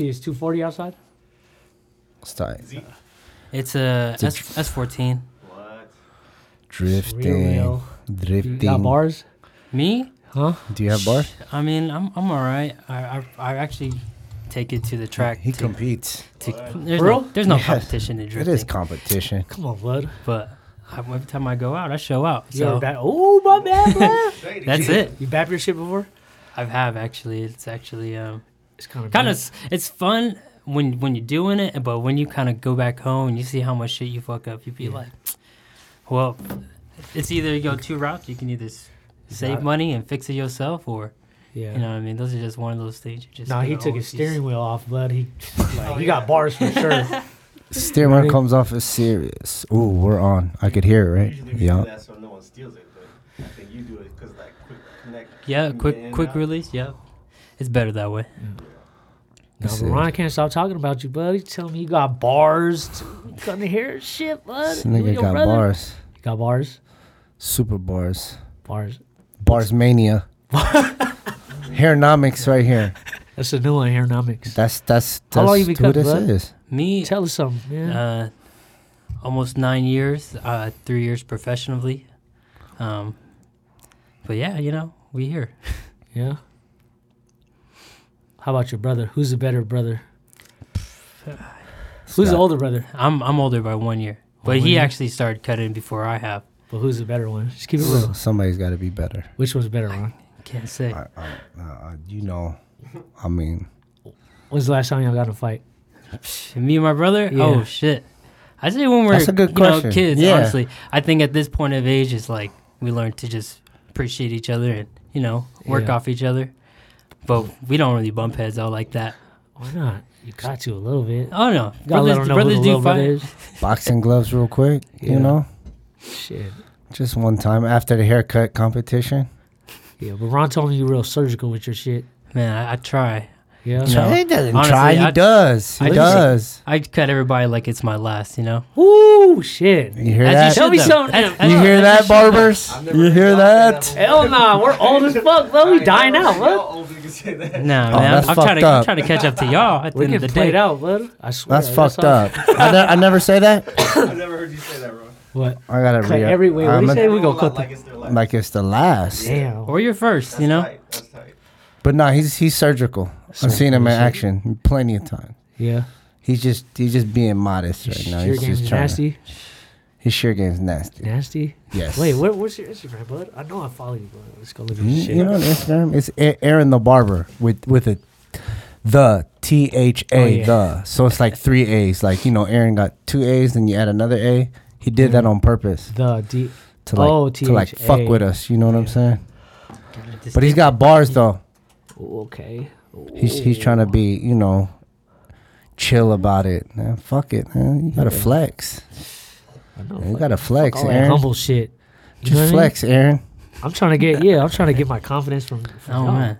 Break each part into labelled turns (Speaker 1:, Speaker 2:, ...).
Speaker 1: Is 240 outside?
Speaker 2: It's tight.
Speaker 3: It's a
Speaker 2: a
Speaker 3: S S fourteen.
Speaker 4: What?
Speaker 2: Drifting.
Speaker 1: Real. You
Speaker 2: Drifting.
Speaker 1: got bars?
Speaker 3: Me?
Speaker 1: Huh?
Speaker 2: Do you have bar?
Speaker 3: I mean, I'm I'm all right. I I, I actually take it to the track.
Speaker 2: He
Speaker 3: to,
Speaker 2: competes.
Speaker 3: to- there's
Speaker 1: For
Speaker 3: no,
Speaker 1: real?
Speaker 3: there's no
Speaker 2: Yeah.
Speaker 3: competition in
Speaker 2: It
Speaker 3: drifting.
Speaker 2: is competition.
Speaker 1: Come on, bud.
Speaker 3: but I, every time I go out, I show out.
Speaker 1: You ever
Speaker 3: So
Speaker 1: bat? Oh, my bad, bro.
Speaker 3: that's it.
Speaker 1: You bapped your shit before?
Speaker 3: I have actually. It's actually um
Speaker 1: It's kind of
Speaker 3: kind of it's fun when when you're doing it, but when you kind of go back home and you see how much shit you fuck up, you be like, well, it's either you go two routes. You can either s- save
Speaker 1: Not-
Speaker 3: money and fix it yourself, or
Speaker 1: Yeah.
Speaker 3: you know what I mean. Those are just one of those things. You just
Speaker 1: nah, he
Speaker 3: gotta
Speaker 1: took his
Speaker 3: always
Speaker 1: steering
Speaker 3: Just,
Speaker 1: wheel off, bud. He,
Speaker 3: Oh,
Speaker 1: like, he got bars for sure.
Speaker 2: Steering wheel comes off as serious. Ooh, we're on. I could hear it,
Speaker 4: Usually
Speaker 2: right?
Speaker 4: we do
Speaker 2: Yeah.
Speaker 4: that so no one steals it, but I think you do it because like quick connect.
Speaker 3: yeah,
Speaker 4: in
Speaker 3: quick
Speaker 4: and
Speaker 3: quick
Speaker 4: out.
Speaker 3: release. Yeah, it's better that way.
Speaker 1: Now,
Speaker 2: That's
Speaker 1: but
Speaker 2: it.
Speaker 1: Ron can't stop talking about you, bud. He's telling me you got bars. too. Gonna hear his shit, bud.
Speaker 2: This
Speaker 1: You and
Speaker 2: nigga
Speaker 1: your
Speaker 2: got
Speaker 1: brother.
Speaker 2: bars.
Speaker 1: You got bars?
Speaker 2: Super bars.
Speaker 1: Bars.
Speaker 2: Bars mania. Hairnomics right here.
Speaker 1: That's the new one, Aeronomics.
Speaker 2: That's that's that's
Speaker 1: How long you been
Speaker 2: who
Speaker 1: cut,
Speaker 2: this
Speaker 1: bud?
Speaker 2: is.
Speaker 3: Me,
Speaker 1: Tell us something, man.
Speaker 3: uh, almost nine years, uh, three years professionally. Um, but yeah, you know, we here.
Speaker 1: yeah. How about your brother? Who's the better brother? Who's the
Speaker 2: Scott.
Speaker 1: older brother?
Speaker 3: I'm I'm older by one year, but
Speaker 1: One
Speaker 3: he
Speaker 1: year?
Speaker 3: actually started cutting before I have.
Speaker 1: But who's the better one? Just keep it real.
Speaker 2: Somebody's got to be better.
Speaker 1: Which one's better, Ron?
Speaker 3: Can't say.
Speaker 2: I, I, I, you know, I mean,
Speaker 1: When's the last time y'all got in a fight?
Speaker 3: Psh, Me and my brother?
Speaker 1: Yeah.
Speaker 3: Oh shit. I say when we're
Speaker 2: That's a good
Speaker 3: you know,
Speaker 2: question.
Speaker 3: kids,
Speaker 2: Yeah.
Speaker 3: honestly. I think at this point of age it's like we learn to just appreciate each other and, you know, work
Speaker 1: Yeah.
Speaker 3: off each other. But we don't really bump heads out like that.
Speaker 1: Why not? You got to a little bit.
Speaker 3: Oh no.
Speaker 1: Gotta let 'em know who the little brother
Speaker 3: fight.
Speaker 1: is.
Speaker 2: boxing gloves, real quick.
Speaker 1: Yeah.
Speaker 2: You know,
Speaker 1: Shit.
Speaker 2: just one time after the haircut competition.
Speaker 1: Yeah, but Ron told me you real surgical with your shit.
Speaker 3: Man, I, I try.
Speaker 1: Yeah.
Speaker 3: You know,
Speaker 2: he doesn't
Speaker 3: honestly,
Speaker 2: try. He
Speaker 3: I-
Speaker 2: does. He
Speaker 3: I just-
Speaker 2: does.
Speaker 3: I cut everybody like it's my last, you know?
Speaker 1: Ooh, shit.
Speaker 2: You hear
Speaker 3: As
Speaker 2: that?
Speaker 3: you
Speaker 1: Tell
Speaker 3: should,
Speaker 1: me
Speaker 3: though.
Speaker 1: something.
Speaker 3: As- as-
Speaker 2: You hear
Speaker 3: as
Speaker 2: that,
Speaker 3: should, though.
Speaker 2: barbers?
Speaker 4: I've never
Speaker 2: You
Speaker 4: heard
Speaker 2: hear
Speaker 4: y'all say
Speaker 2: that?
Speaker 4: before.
Speaker 1: Hell nah, we're old as fuck, though. We
Speaker 4: I
Speaker 1: dying
Speaker 4: never
Speaker 1: out,
Speaker 4: heard y'all
Speaker 1: bud.
Speaker 4: old niggas say that.
Speaker 3: Nah,
Speaker 2: Oh,
Speaker 3: man.
Speaker 2: that's
Speaker 3: I'm, I'm trying
Speaker 2: fucked
Speaker 3: to I'm
Speaker 2: up.
Speaker 3: trying to catch up to y'all at the
Speaker 1: We're
Speaker 3: end of the
Speaker 1: getting
Speaker 3: day.
Speaker 1: played out, bud. I swear.
Speaker 2: That's fucked
Speaker 1: all-
Speaker 2: up. I, ne- I never say that.
Speaker 4: I never heard you say that, bro.
Speaker 1: What?
Speaker 2: I gotta
Speaker 1: Cut
Speaker 2: re-
Speaker 1: every way. What
Speaker 2: I'm
Speaker 1: do you
Speaker 2: a-
Speaker 1: say? Hey, we go
Speaker 4: Like
Speaker 1: cut
Speaker 4: like it's their life.
Speaker 2: Like it's the last.
Speaker 1: Damn.
Speaker 3: Or you're first,
Speaker 4: That's
Speaker 3: you know?
Speaker 4: tight, That's tight.
Speaker 2: But no, he's he's surgical. I've seen him in action plenty of times.
Speaker 1: Yeah.
Speaker 2: He's just he's just being modest right now.
Speaker 1: your
Speaker 2: he's just
Speaker 1: game's
Speaker 2: trying to-
Speaker 1: nasty.
Speaker 2: his sure game's nasty.
Speaker 1: Nasty.
Speaker 2: Yes.
Speaker 1: Wait, where, where's your Instagram, bud? I know I follow you, bud. Let's go look at
Speaker 2: You,
Speaker 1: your shit.
Speaker 2: Mm, you know on Instagram, it's A- Aaron the barber with with a the T H
Speaker 1: Oh,
Speaker 2: A
Speaker 1: yeah.
Speaker 2: the. So it's like three A's. Like you know, Aaron got two A's, then you add another A. He did that on purpose
Speaker 1: the D.
Speaker 2: to like
Speaker 1: Mm-hmm. Oh,
Speaker 2: to like fuck
Speaker 1: THA.
Speaker 2: with us. You know what I'm saying? But he's got bars though.
Speaker 1: Ooh, okay.
Speaker 2: He's he's trying to be you know chill about it. Man, fuck it, man. You gotta flex.
Speaker 1: I know.
Speaker 2: You
Speaker 1: fuck
Speaker 2: gotta flex,
Speaker 1: all that
Speaker 2: Aaron.
Speaker 1: humble shit. You know what I
Speaker 2: Just
Speaker 1: mean?
Speaker 2: flex, Aaron.
Speaker 1: I'm trying to get yeah. I'm trying to get my confidence from. from
Speaker 3: Oh
Speaker 1: y'all.
Speaker 3: man.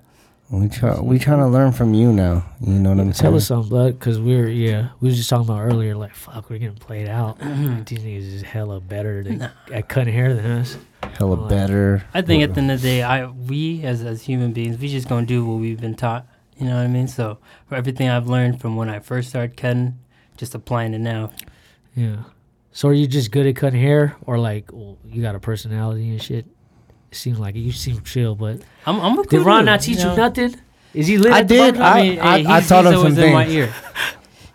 Speaker 2: We try, we trying to learn from you now. You know what
Speaker 1: Tell
Speaker 2: I'm saying?
Speaker 1: us something, bud, because we were yeah we were just talking about earlier like fuck we're getting played out. These niggas is hella better than, at cutting hair than us.
Speaker 2: Hella better.
Speaker 3: I think at the end of the day, I we as as human beings, we just gonna do what we've been taught. You know what I mean? So for everything I've learned from when I first started cutting, just applying it now.
Speaker 1: Yeah. So are you just good at cutting hair, or like well, you got a personality and shit? It seems like it. you seem chill, but
Speaker 3: I'm, I'm a cool
Speaker 1: did Ron
Speaker 3: dude,
Speaker 1: not teach you,
Speaker 3: know?
Speaker 1: nothing? Is he lit?
Speaker 2: I
Speaker 1: at the
Speaker 2: did.
Speaker 1: barbershop?
Speaker 2: I-
Speaker 3: mean, hey,
Speaker 2: I
Speaker 3: he's-
Speaker 2: taught
Speaker 3: he's
Speaker 2: him
Speaker 3: always
Speaker 2: some
Speaker 3: in my
Speaker 2: things.
Speaker 3: ear.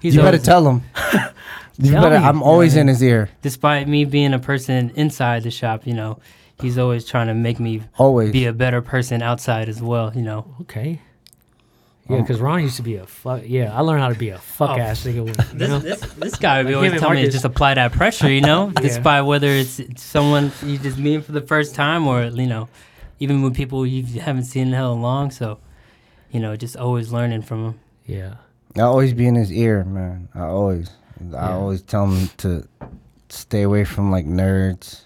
Speaker 3: He's
Speaker 2: You better
Speaker 3: always-
Speaker 2: tell him. You
Speaker 1: Tell
Speaker 2: better.
Speaker 1: me.
Speaker 2: I'm always in his ear.
Speaker 3: despite me being a person inside the shop, you know, he's always trying to make me
Speaker 2: Always.
Speaker 3: be a better person outside as well. You know,
Speaker 1: Okay. Yeah, because Ron used to be a fuck. Yeah, I learned how to be a fuck ass nigga. When, you
Speaker 3: this
Speaker 1: know?
Speaker 3: this, this guy would
Speaker 1: Like him
Speaker 3: be always
Speaker 1: and
Speaker 3: telling me to
Speaker 1: Marcus.
Speaker 3: just apply that pressure. You know,
Speaker 1: Yeah.
Speaker 3: despite whether it's, it's someone you just meet for the first time or you know, even with people you haven't seen in hell long. So, you know, just always learning from him.
Speaker 1: Yeah.
Speaker 2: I always be in his ear, man. I always. I
Speaker 1: Yeah.
Speaker 2: always tell him to stay away from like nerds.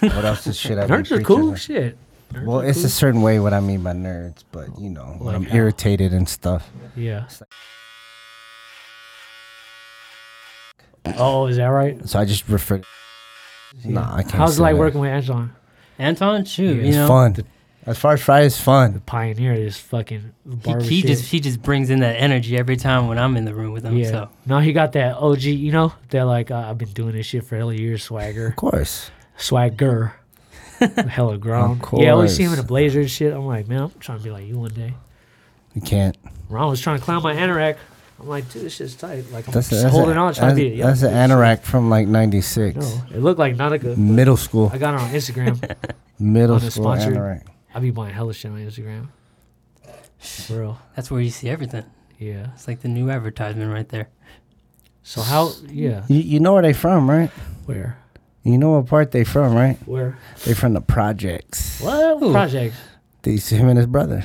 Speaker 2: what else is shit? I've been
Speaker 1: Nerds are
Speaker 2: preaching?
Speaker 1: cool shit. Nerds
Speaker 2: Well,
Speaker 1: are
Speaker 2: it's
Speaker 1: cool.
Speaker 2: a certain way what I mean by nerds, but you know, when
Speaker 1: Like
Speaker 2: I'm
Speaker 1: how?
Speaker 2: irritated and stuff.
Speaker 1: Yeah. Oh, is that right?
Speaker 2: So I just refer. Nah, I can't.
Speaker 1: How's it
Speaker 2: say
Speaker 1: like
Speaker 2: that.
Speaker 1: working with Anton?
Speaker 3: Anton, shoot,
Speaker 1: Yeah.
Speaker 3: you
Speaker 2: It's
Speaker 3: know,
Speaker 2: fun. As far as fry is fun.
Speaker 1: pioneer this fucking
Speaker 3: He,
Speaker 1: barber
Speaker 3: he
Speaker 1: shit.
Speaker 3: just he just brings in that energy every time when I'm in the room with him.
Speaker 1: yeah.
Speaker 3: So
Speaker 1: Now he got that OG, you know, that like uh, I've been doing this shit for hella years, swagger,
Speaker 2: Of course.
Speaker 1: swagger, hella grown. Yeah, I always see him in a
Speaker 2: course.
Speaker 1: blazer and shit. I'm like, man, I'm trying to be like you one day.
Speaker 2: You can't.
Speaker 1: Ron was trying to climb my anorak. I'm like, dude, this shit's tight. Like I'm
Speaker 2: That's, a,
Speaker 1: just
Speaker 2: that's,
Speaker 1: holding
Speaker 2: a,
Speaker 1: on, trying
Speaker 2: that's,
Speaker 1: to be. yeah,
Speaker 2: that's an
Speaker 1: dude,
Speaker 2: anorak from like 96.
Speaker 1: shit. No, it looked like Nautica.
Speaker 2: Middle school.
Speaker 1: I got it on Instagram.
Speaker 2: Middle
Speaker 1: on a
Speaker 2: school
Speaker 1: sponsored-
Speaker 2: anorak.
Speaker 1: I be buying hella shit on Instagram. For real.
Speaker 3: that's where you see everything.
Speaker 1: Yeah.
Speaker 3: It's like the new advertisement right there.
Speaker 1: So how? Yeah.
Speaker 2: You, you know where they from, right?
Speaker 1: Where?
Speaker 2: You know what part they from, right?
Speaker 1: Where?
Speaker 2: They from the projects.
Speaker 1: What
Speaker 3: Ooh.
Speaker 1: project?
Speaker 2: These him and his brother.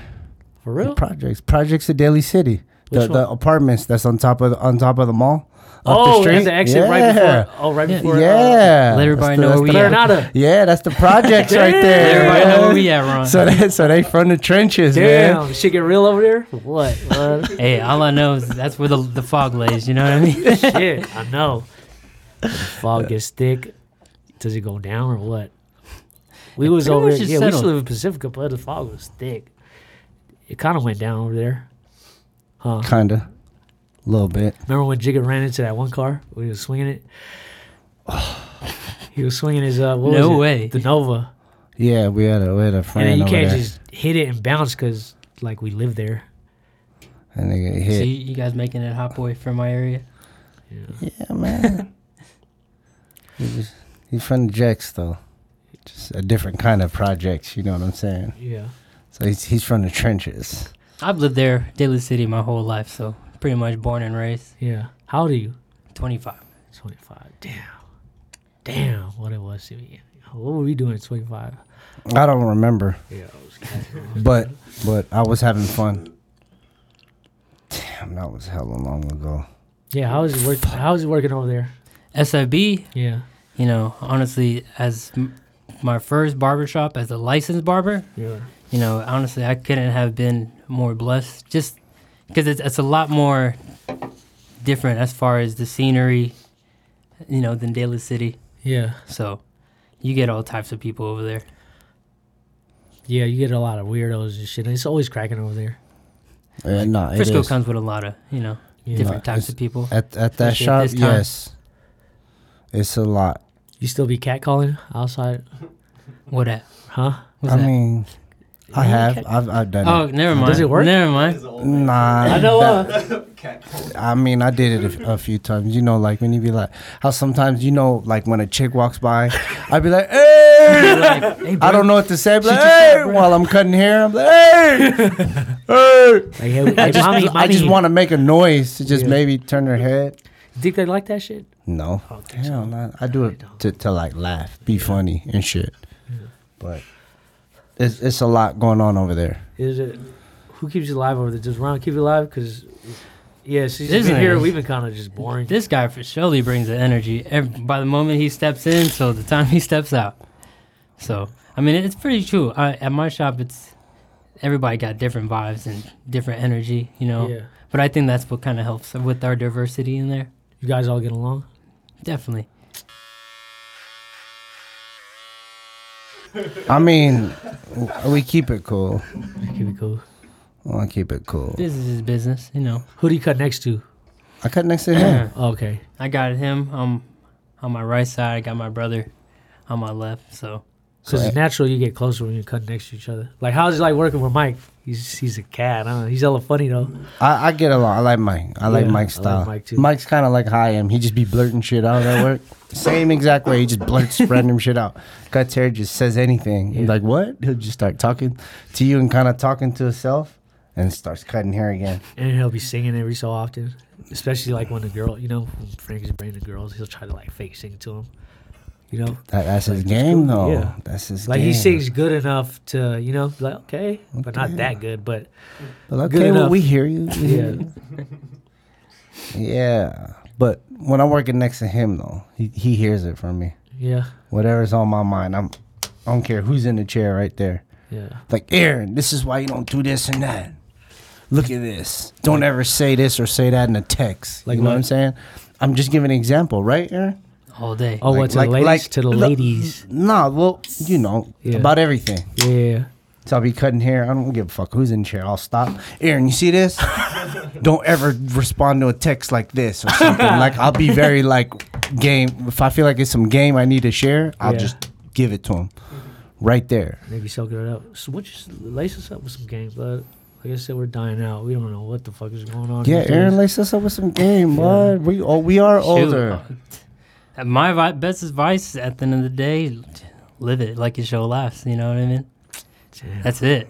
Speaker 1: For
Speaker 2: The
Speaker 1: real?
Speaker 2: projects. Projects of Daly City. The,
Speaker 1: Which
Speaker 2: the apartments that's on top of the, on top of the mall. Up
Speaker 1: Oh,
Speaker 2: the
Speaker 1: at
Speaker 2: street.
Speaker 1: the exit
Speaker 2: Yeah.
Speaker 1: right before. Oh, right before. Uh,
Speaker 2: yeah.
Speaker 3: Let
Speaker 2: That's
Speaker 3: everybody
Speaker 2: the-
Speaker 3: know
Speaker 2: that's
Speaker 3: where
Speaker 2: the-
Speaker 3: we at.
Speaker 1: Clarnada.
Speaker 2: Yeah, that's the projects right
Speaker 3: Let
Speaker 2: there.
Speaker 3: everybody know where we
Speaker 2: man.
Speaker 3: at, Ron.
Speaker 2: So they so they from the trenches, man.
Speaker 1: Damn, shit get real over there. What? What?
Speaker 3: hey, all I know is that's where the the fog lays. You know what I mean?
Speaker 1: shit, I know. When the fog gets thick. Does it go down or what? We was
Speaker 3: pretty
Speaker 1: over.
Speaker 3: much
Speaker 1: Yeah,
Speaker 3: just
Speaker 1: we used
Speaker 3: settled.
Speaker 1: to live in Pacifica, but the fog was thick. It kind of went down over there. Huh?
Speaker 2: Kinda. A little bit.
Speaker 1: Remember when Jigga ran into that one car? We was swinging it. He was swinging his uh, what
Speaker 3: No
Speaker 1: was it?
Speaker 3: way.
Speaker 1: the Nova,
Speaker 2: Yeah, we had a we had a
Speaker 1: and
Speaker 2: friend
Speaker 1: then you
Speaker 2: over
Speaker 1: can't
Speaker 2: there,
Speaker 1: just hit it and bounce because like we live there.
Speaker 2: and they get
Speaker 3: So
Speaker 2: hit.
Speaker 3: you, you guys making it hot boy from my area?
Speaker 2: Yeah, man. he was, he's from the Jacks, though. Just a different kind of projects, you know what I'm saying?
Speaker 1: Yeah,
Speaker 2: So he's, he's from the trenches.
Speaker 3: I've lived there, Daly City, my whole life. So pretty much born and raised.
Speaker 1: yeah. How old are you?
Speaker 3: 25.
Speaker 1: Twenty five. Damn, damn. What it was to me. What were we doing at twenty five?
Speaker 2: I don't remember,
Speaker 1: Yeah, I was catching
Speaker 2: but but I was having fun. Damn, that was hella long ago.
Speaker 1: Yeah, how is it work? How is it working over there?
Speaker 3: SIB,
Speaker 1: Yeah,
Speaker 3: you know, honestly, as m- my first barbershop as a licensed barber,
Speaker 1: yeah,
Speaker 3: you know, honestly, I couldn't have been more blessed just because it's, it's a lot more different as far as the scenery, you know, than Daly City.
Speaker 1: yeah,
Speaker 3: So you get all types of people over there.
Speaker 1: yeah. You get a lot of weirdos and shit. It's always cracking over there.
Speaker 2: Uh, no, it
Speaker 3: Frisco
Speaker 2: is.
Speaker 3: comes with a lot of, you know,
Speaker 1: Yeah.
Speaker 3: different
Speaker 2: No, it's-
Speaker 3: types of people.
Speaker 2: at at that
Speaker 3: especially at
Speaker 2: shop.
Speaker 3: this time.
Speaker 2: Yes, it's a lot.
Speaker 1: You still be catcalling outside,
Speaker 3: What at?
Speaker 1: huh?
Speaker 3: What's
Speaker 2: I
Speaker 3: that?
Speaker 2: mean, I
Speaker 1: Yeah,
Speaker 2: have
Speaker 1: cat-
Speaker 2: I've I've done
Speaker 3: oh,
Speaker 2: it.
Speaker 3: never mind.
Speaker 1: Does it work?
Speaker 3: Never mind.
Speaker 4: It's an old man.
Speaker 2: Nah,
Speaker 1: I know.
Speaker 2: that-
Speaker 1: Uh,
Speaker 4: Cat call.
Speaker 2: I mean, I did it a, a few times. You know, like when you be like, how sometimes you know, like when a chick walks by, I'd be like, hey.
Speaker 3: like, hey,
Speaker 2: I
Speaker 3: bro,
Speaker 2: don't know what to say. I'd be
Speaker 3: She
Speaker 2: like,
Speaker 3: just said,
Speaker 2: hey,
Speaker 3: bro.
Speaker 2: while I'm cutting hair, I'm like, hey, hey.
Speaker 1: like, hey, hey,
Speaker 2: Just-
Speaker 1: mommy,
Speaker 2: I just
Speaker 1: mommy,
Speaker 2: want to make a noise to just
Speaker 1: Yeah.
Speaker 2: maybe turn her head.
Speaker 1: You think they like that shit?
Speaker 2: No,
Speaker 1: I don't think so.
Speaker 2: hell, no. I do it
Speaker 1: don't.
Speaker 2: to, to like laugh, be funny and shit. But it's it's a lot going on over there.
Speaker 1: Is it? Who keeps you alive over there? Does Ron keep you alive? Because yeah, since
Speaker 3: This
Speaker 1: you've been
Speaker 3: nigga
Speaker 1: here,
Speaker 3: is-
Speaker 1: we've been kind of just boring.
Speaker 3: This guy for surely brings the energy every, by the moment he steps in, so the time he steps out. So I mean, it's pretty true. I, at my shop, it's everybody got different vibes and different energy, you know.
Speaker 1: Yeah,
Speaker 3: But I think that's what kind of helps with our diversity in there.
Speaker 1: you guys all get along.
Speaker 3: Definitely.
Speaker 2: I mean, w- we keep it cool.
Speaker 1: Keep it cool.
Speaker 2: I keep it cool.
Speaker 3: Business is business, you know.
Speaker 1: Who do you cut next to? Oh,
Speaker 2: I cut next to him.
Speaker 1: Okay,
Speaker 3: I got him um, on my right side. I got my brother on my left. So
Speaker 1: because
Speaker 2: So-
Speaker 1: it's natural you get closer when you cut next to each other. Like, how's it like working with Mike? He's he's a cat. I don't know. He's hella funny though.
Speaker 2: I, I get along. I like Mike. I like
Speaker 1: Yeah,
Speaker 2: Mike's
Speaker 1: I like
Speaker 2: style.
Speaker 1: Mike, too.
Speaker 2: Mike's kind of like how I am. He just be blurting shit out at work. Same exact way. He just blurts random shit out. Cuts hair, just says anything. You're
Speaker 1: Yeah.
Speaker 2: Like what? He'll just start talking to you and kind of talking to himself, and starts cutting hair again.
Speaker 1: And he'll be singing every so often, especially like when the girl, you know, when Frankie's bringing the girls, he'll try to like fake sing to him, you know.
Speaker 2: That, that's his
Speaker 1: Like,
Speaker 2: game,
Speaker 1: cool,
Speaker 2: though.
Speaker 1: yeah.
Speaker 2: That's his
Speaker 1: Like
Speaker 2: game.
Speaker 1: he sings good enough to, you know, like okay, but not
Speaker 2: Okay.
Speaker 1: that good. But
Speaker 2: But okay,
Speaker 1: good
Speaker 2: well,
Speaker 1: enough.
Speaker 2: we hear you. We hear
Speaker 1: Yeah.
Speaker 2: you. yeah. But when I'm working next to him, though, he, he hears it from me.
Speaker 1: yeah,
Speaker 2: Whatever's on my mind, I'm. I don't care who's in the chair right there.
Speaker 1: yeah,
Speaker 2: like Aaron, this is why you don't do this and that. Look at this. Don't ever say this or say that in a text. Like
Speaker 1: Like
Speaker 2: you know what
Speaker 1: what?
Speaker 2: I'm saying? I'm just giving an example, right, Aaron?
Speaker 3: all day.
Speaker 1: Oh,
Speaker 2: Like-
Speaker 1: what to
Speaker 2: like-
Speaker 1: the ladies?
Speaker 2: like-
Speaker 1: to the
Speaker 2: look-
Speaker 1: ladies.
Speaker 2: Nah, well, you know
Speaker 1: Yeah.
Speaker 2: about everything.
Speaker 1: Yeah,
Speaker 2: So I'll be cutting hair. I don't give a fuck who's in the chair. I'll stop. Aaron, you see this? don't ever respond to a text like this or something. like I'll be very like game. If I feel like it's some game I need to share, I'll
Speaker 1: Yeah.
Speaker 2: just give it to him right there.
Speaker 1: Nigga soaking it up. So what you s- lace us up with some game, bud? Like I said, we're dying out. We don't know what the fuck is going on.
Speaker 2: Yeah,
Speaker 1: these
Speaker 2: Aaron,
Speaker 1: days.
Speaker 2: lace us up with some game, bud. We oh, we are
Speaker 3: Shoot.
Speaker 2: older.
Speaker 3: Uh, My vi- best advice is at the end of the day, live it like your show lasts. You know what I mean?
Speaker 1: Damn.
Speaker 3: That's it.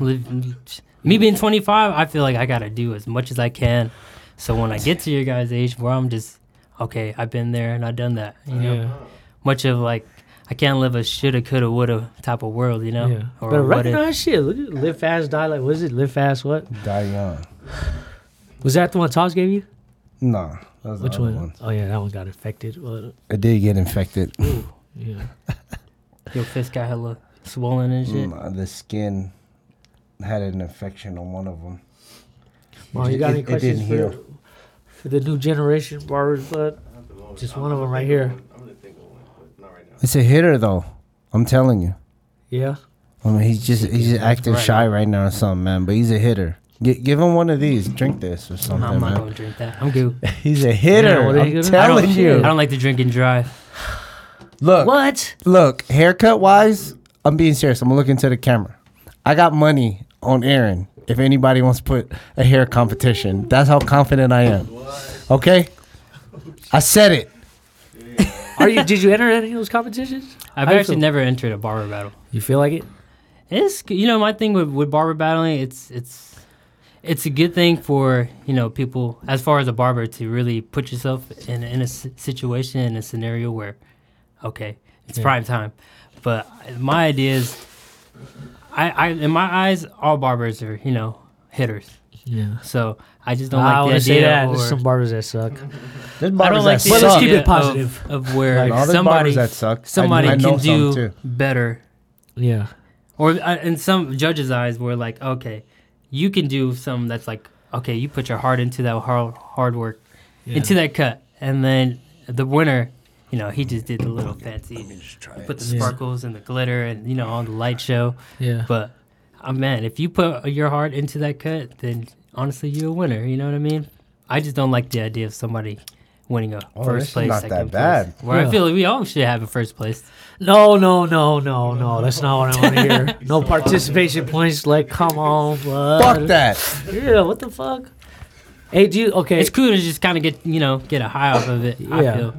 Speaker 3: Live, me being 25, I feel like I gotta do as much as I can. So when I get to your guys' age, where I'm just okay, I've been there and I've done that. You know,
Speaker 1: yeah.
Speaker 3: much of like I can't live a shoulda, coulda, woulda type of world. You know,
Speaker 1: Yeah.
Speaker 3: or
Speaker 1: but
Speaker 3: what if.
Speaker 1: recognize shit. Look at live fast, die like. What is it? Live fast. What
Speaker 2: Die young.
Speaker 1: was that? The one Toss gave you?
Speaker 2: Nah, that was the
Speaker 1: Which
Speaker 2: other
Speaker 1: one?
Speaker 2: one?
Speaker 1: Oh yeah, that one got infected. Well,
Speaker 2: I did get infected.
Speaker 1: yeah.
Speaker 3: Your fist got hella swollen and shit.
Speaker 2: Mm, the skin had an infection on one of them.
Speaker 1: Mom, you got
Speaker 2: It-
Speaker 1: any
Speaker 2: it didn't
Speaker 1: questions for,
Speaker 2: heal.
Speaker 1: for the new generation barbers, bud?
Speaker 4: I have to know.
Speaker 1: Just
Speaker 4: I'm
Speaker 1: one of
Speaker 4: gonna
Speaker 1: them right
Speaker 4: think
Speaker 1: here.
Speaker 4: one. I'm gonna think of one, but not right now.
Speaker 2: It's a hitter though. I'm telling you.
Speaker 1: Yeah.
Speaker 2: I mean, he's just he's just acting shy right now or something, man. But he's a hitter. Gi- give him one of these. Drink this or
Speaker 3: Nah,
Speaker 2: something,
Speaker 3: I'm not
Speaker 2: man.
Speaker 3: gonna drink that. I'm good.
Speaker 2: He's a hitter.
Speaker 1: Yeah, what are you
Speaker 2: I'm
Speaker 1: gonna-
Speaker 3: I
Speaker 2: telling
Speaker 3: don't, I
Speaker 2: you.
Speaker 3: don't like to drink and drive.
Speaker 2: Look,
Speaker 1: What?
Speaker 2: look. Haircut wise, I'm being serious. I'm looking to the camera. I got money on Aaron. If anybody wants to put a hair competition, that's how confident I am. Okay, I said it.
Speaker 1: Are you? Did you enter any of those competitions?
Speaker 3: I've
Speaker 1: How you
Speaker 3: actually
Speaker 1: feel?
Speaker 3: never entered a barber battle.
Speaker 1: You feel like it?
Speaker 3: It's you know my thing with with barber battling. It's it's it's a good thing for you know people as far as a barber to really put yourself in in a s- situation in a scenario where okay it's
Speaker 1: Yeah.
Speaker 3: prime time, but my idea is I, I in my eyes all barbers are you know hitters.
Speaker 1: Yeah.
Speaker 3: So I just
Speaker 1: Don't
Speaker 3: don't
Speaker 1: I
Speaker 3: like
Speaker 1: want
Speaker 3: the
Speaker 1: to say
Speaker 3: idea.
Speaker 1: that.
Speaker 3: Or,
Speaker 1: There's some barbers that suck.
Speaker 2: There's
Speaker 3: I
Speaker 2: barbers
Speaker 3: don't like
Speaker 2: that
Speaker 3: the
Speaker 1: Well,
Speaker 2: suck.
Speaker 1: let's keep
Speaker 3: idea
Speaker 1: it positive.
Speaker 3: of, of where
Speaker 2: No, there's
Speaker 3: somebody
Speaker 2: barbers that suck. I-
Speaker 3: somebody
Speaker 2: I know
Speaker 3: can
Speaker 2: some,
Speaker 3: do
Speaker 2: too.
Speaker 3: better
Speaker 1: Yeah.
Speaker 3: or uh, in some judges' eyes, we're like, okay, you can do some that's like, okay, you put your heart into that hard hard work,
Speaker 1: Yeah.
Speaker 3: into that cut, and then the winner, you know, he just did the little fancy, put the
Speaker 1: Yeah.
Speaker 3: sparkles and the glitter and you know on the light show.
Speaker 1: Yeah.
Speaker 3: But uh, man, if you put your heart into that cut, then honestly, you're a winner. You know what I mean? I just don't like the idea of somebody winning a
Speaker 2: Oh, this
Speaker 3: first
Speaker 2: is
Speaker 3: place,
Speaker 2: not that
Speaker 3: second
Speaker 2: bad.
Speaker 3: place. Where
Speaker 1: Yeah.
Speaker 3: I feel like we all should have a first place.
Speaker 1: No, no, no, no, no. That's not what I want to hear. No participation points. Like, come on, bud.
Speaker 2: Fuck that.
Speaker 1: Yeah. What the fuck? Hey, do you? Okay.
Speaker 3: It's cool to just kind of get you know get a high off of it. I
Speaker 1: Yeah.
Speaker 3: feel.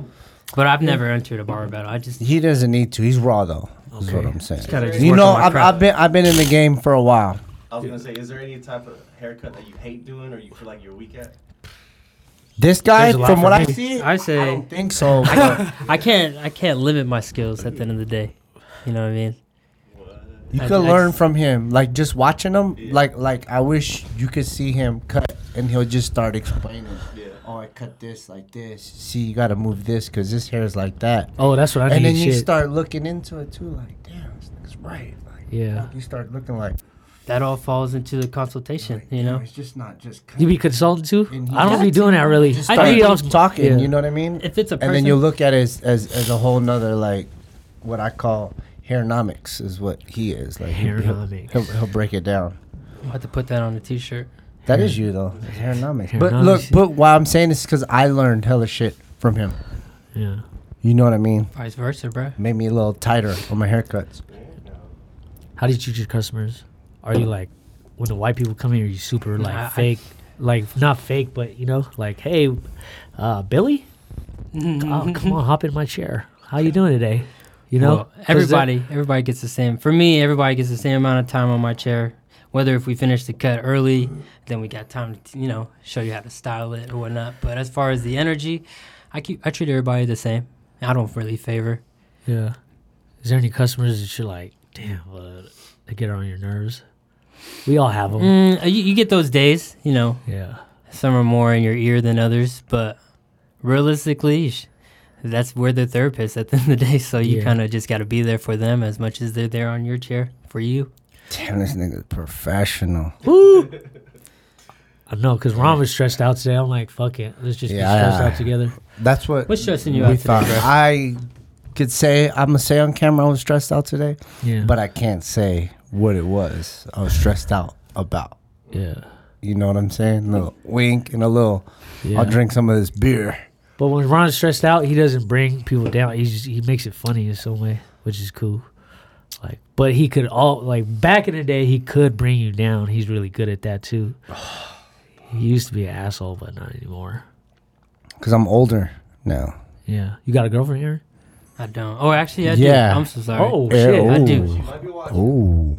Speaker 3: But I've never entered a bar battle. I just
Speaker 2: He doesn't need to. He's raw though. Is what
Speaker 1: Okay.
Speaker 2: I'm saying.
Speaker 3: gotta just
Speaker 2: You
Speaker 3: work
Speaker 2: know,
Speaker 3: on my
Speaker 2: I've,
Speaker 3: craft.
Speaker 2: I've been I've been in the game for a while.
Speaker 4: I was gonna say, is there any type of haircut that you hate doing or you feel like you're weak at?
Speaker 2: This guy,
Speaker 1: There's a lot
Speaker 2: from
Speaker 1: for
Speaker 2: what I
Speaker 1: me.
Speaker 2: see, I
Speaker 3: I say
Speaker 2: don't think so. but
Speaker 3: I can't I can't limit my skills at the end of the day. You know what I mean?
Speaker 2: you
Speaker 3: I-
Speaker 2: could
Speaker 3: I
Speaker 2: learn
Speaker 3: just-
Speaker 2: from him, like just watching him.
Speaker 4: Yeah.
Speaker 2: Like like I wish you could see him cut, and he'll just start explaining.
Speaker 4: Yeah.
Speaker 2: Oh, I cut this like this. See, you got to move this because this hair is like that.
Speaker 1: oh, that's what I
Speaker 2: and
Speaker 1: need.
Speaker 2: then you
Speaker 1: shit.
Speaker 2: start looking into it too, like damn, this nigga's right. Like,
Speaker 1: Yeah.
Speaker 2: You start looking like,
Speaker 3: That all falls into the consultation.
Speaker 2: like,
Speaker 3: You
Speaker 2: damn,
Speaker 3: know?
Speaker 2: it's just not just. Cut.
Speaker 1: You be consulting too?
Speaker 2: And he
Speaker 1: I don't
Speaker 2: got
Speaker 1: be doing that really.
Speaker 2: Just
Speaker 1: I
Speaker 2: start
Speaker 1: be on
Speaker 2: talking.
Speaker 1: yeah.
Speaker 2: You know what I mean?
Speaker 3: If it's a person,
Speaker 2: and then you look at it as, as as a whole nother like what I call hairnomics is what he is like he'll- he'll,
Speaker 1: Hairnomics.
Speaker 2: he'll, he'll break it down.
Speaker 3: I'll have to put that on a T-shirt.
Speaker 2: That is you though hairnomics. But
Speaker 1: Hairnomics.
Speaker 2: look, but why I'm saying this because I learned hella shit from him.
Speaker 1: Yeah.
Speaker 2: You know what I mean?
Speaker 3: Vice versa, bro.
Speaker 2: Made me a little tighter on my haircuts.
Speaker 1: How do you treat your customers? Are you like when the white people come in? Are you super like
Speaker 3: I- I-
Speaker 1: fake? like not fake, but you know, like hey, uh, Billy,
Speaker 3: Mm-hmm.
Speaker 1: oh, come on, hop in my chair. How you doing today? You know,
Speaker 3: Well,
Speaker 1: 'Cause
Speaker 3: everybody, everybody gets the same. For me, everybody gets the same amount of time on my chair. Whether if we finish the cut early, then we got time to you know show you how to style it or whatnot. But as far as the energy, I keep I treat everybody the same. I don't really favor.
Speaker 1: that- yeah. Is there any customers that you're like, damn, uh, they get on your nerves? We all have them.
Speaker 3: Mm, you, you get those days, you know.
Speaker 1: Yeah.
Speaker 3: Some are more in your ear than others, but realistically, sh- that's where the therapist at the end of the day. So you
Speaker 1: Yeah.
Speaker 3: kind of just got to be there for them as much as they're there on your chair for you.
Speaker 2: Damn, this nigga's professional.
Speaker 1: Woo! I know, cause Ron was stressed out today. I'm like, fuck it, let's just be
Speaker 2: Yeah.
Speaker 1: stressed out together.
Speaker 2: That's what
Speaker 3: What's stressing you
Speaker 2: we
Speaker 3: out today,
Speaker 2: thought.
Speaker 3: bro?
Speaker 2: I could say I'm gonna say on camera I was stressed out today,
Speaker 1: Yeah.
Speaker 2: but I can't say what it was I was stressed out about.
Speaker 1: Yeah.
Speaker 2: You know what I'm saying? A little wink and a little,
Speaker 1: Yeah.
Speaker 2: I'll drink some of this beer.
Speaker 1: But when Ron's stressed out, he doesn't bring people down. He just he makes it funny in some way, which is cool. Like, but he could all like back in the day, he could bring you down. He's really good at that too. he used to be an asshole, but not anymore.
Speaker 2: Because I'm older now.
Speaker 1: Yeah, you got a girlfriend, Aaron?
Speaker 3: I don't. Oh, actually, I
Speaker 2: Yeah.
Speaker 3: do. I'm so sorry.
Speaker 1: Oh
Speaker 2: Yeah,
Speaker 1: shit!
Speaker 3: I
Speaker 2: ooh.
Speaker 3: do.
Speaker 4: Might be watching.
Speaker 2: Ooh,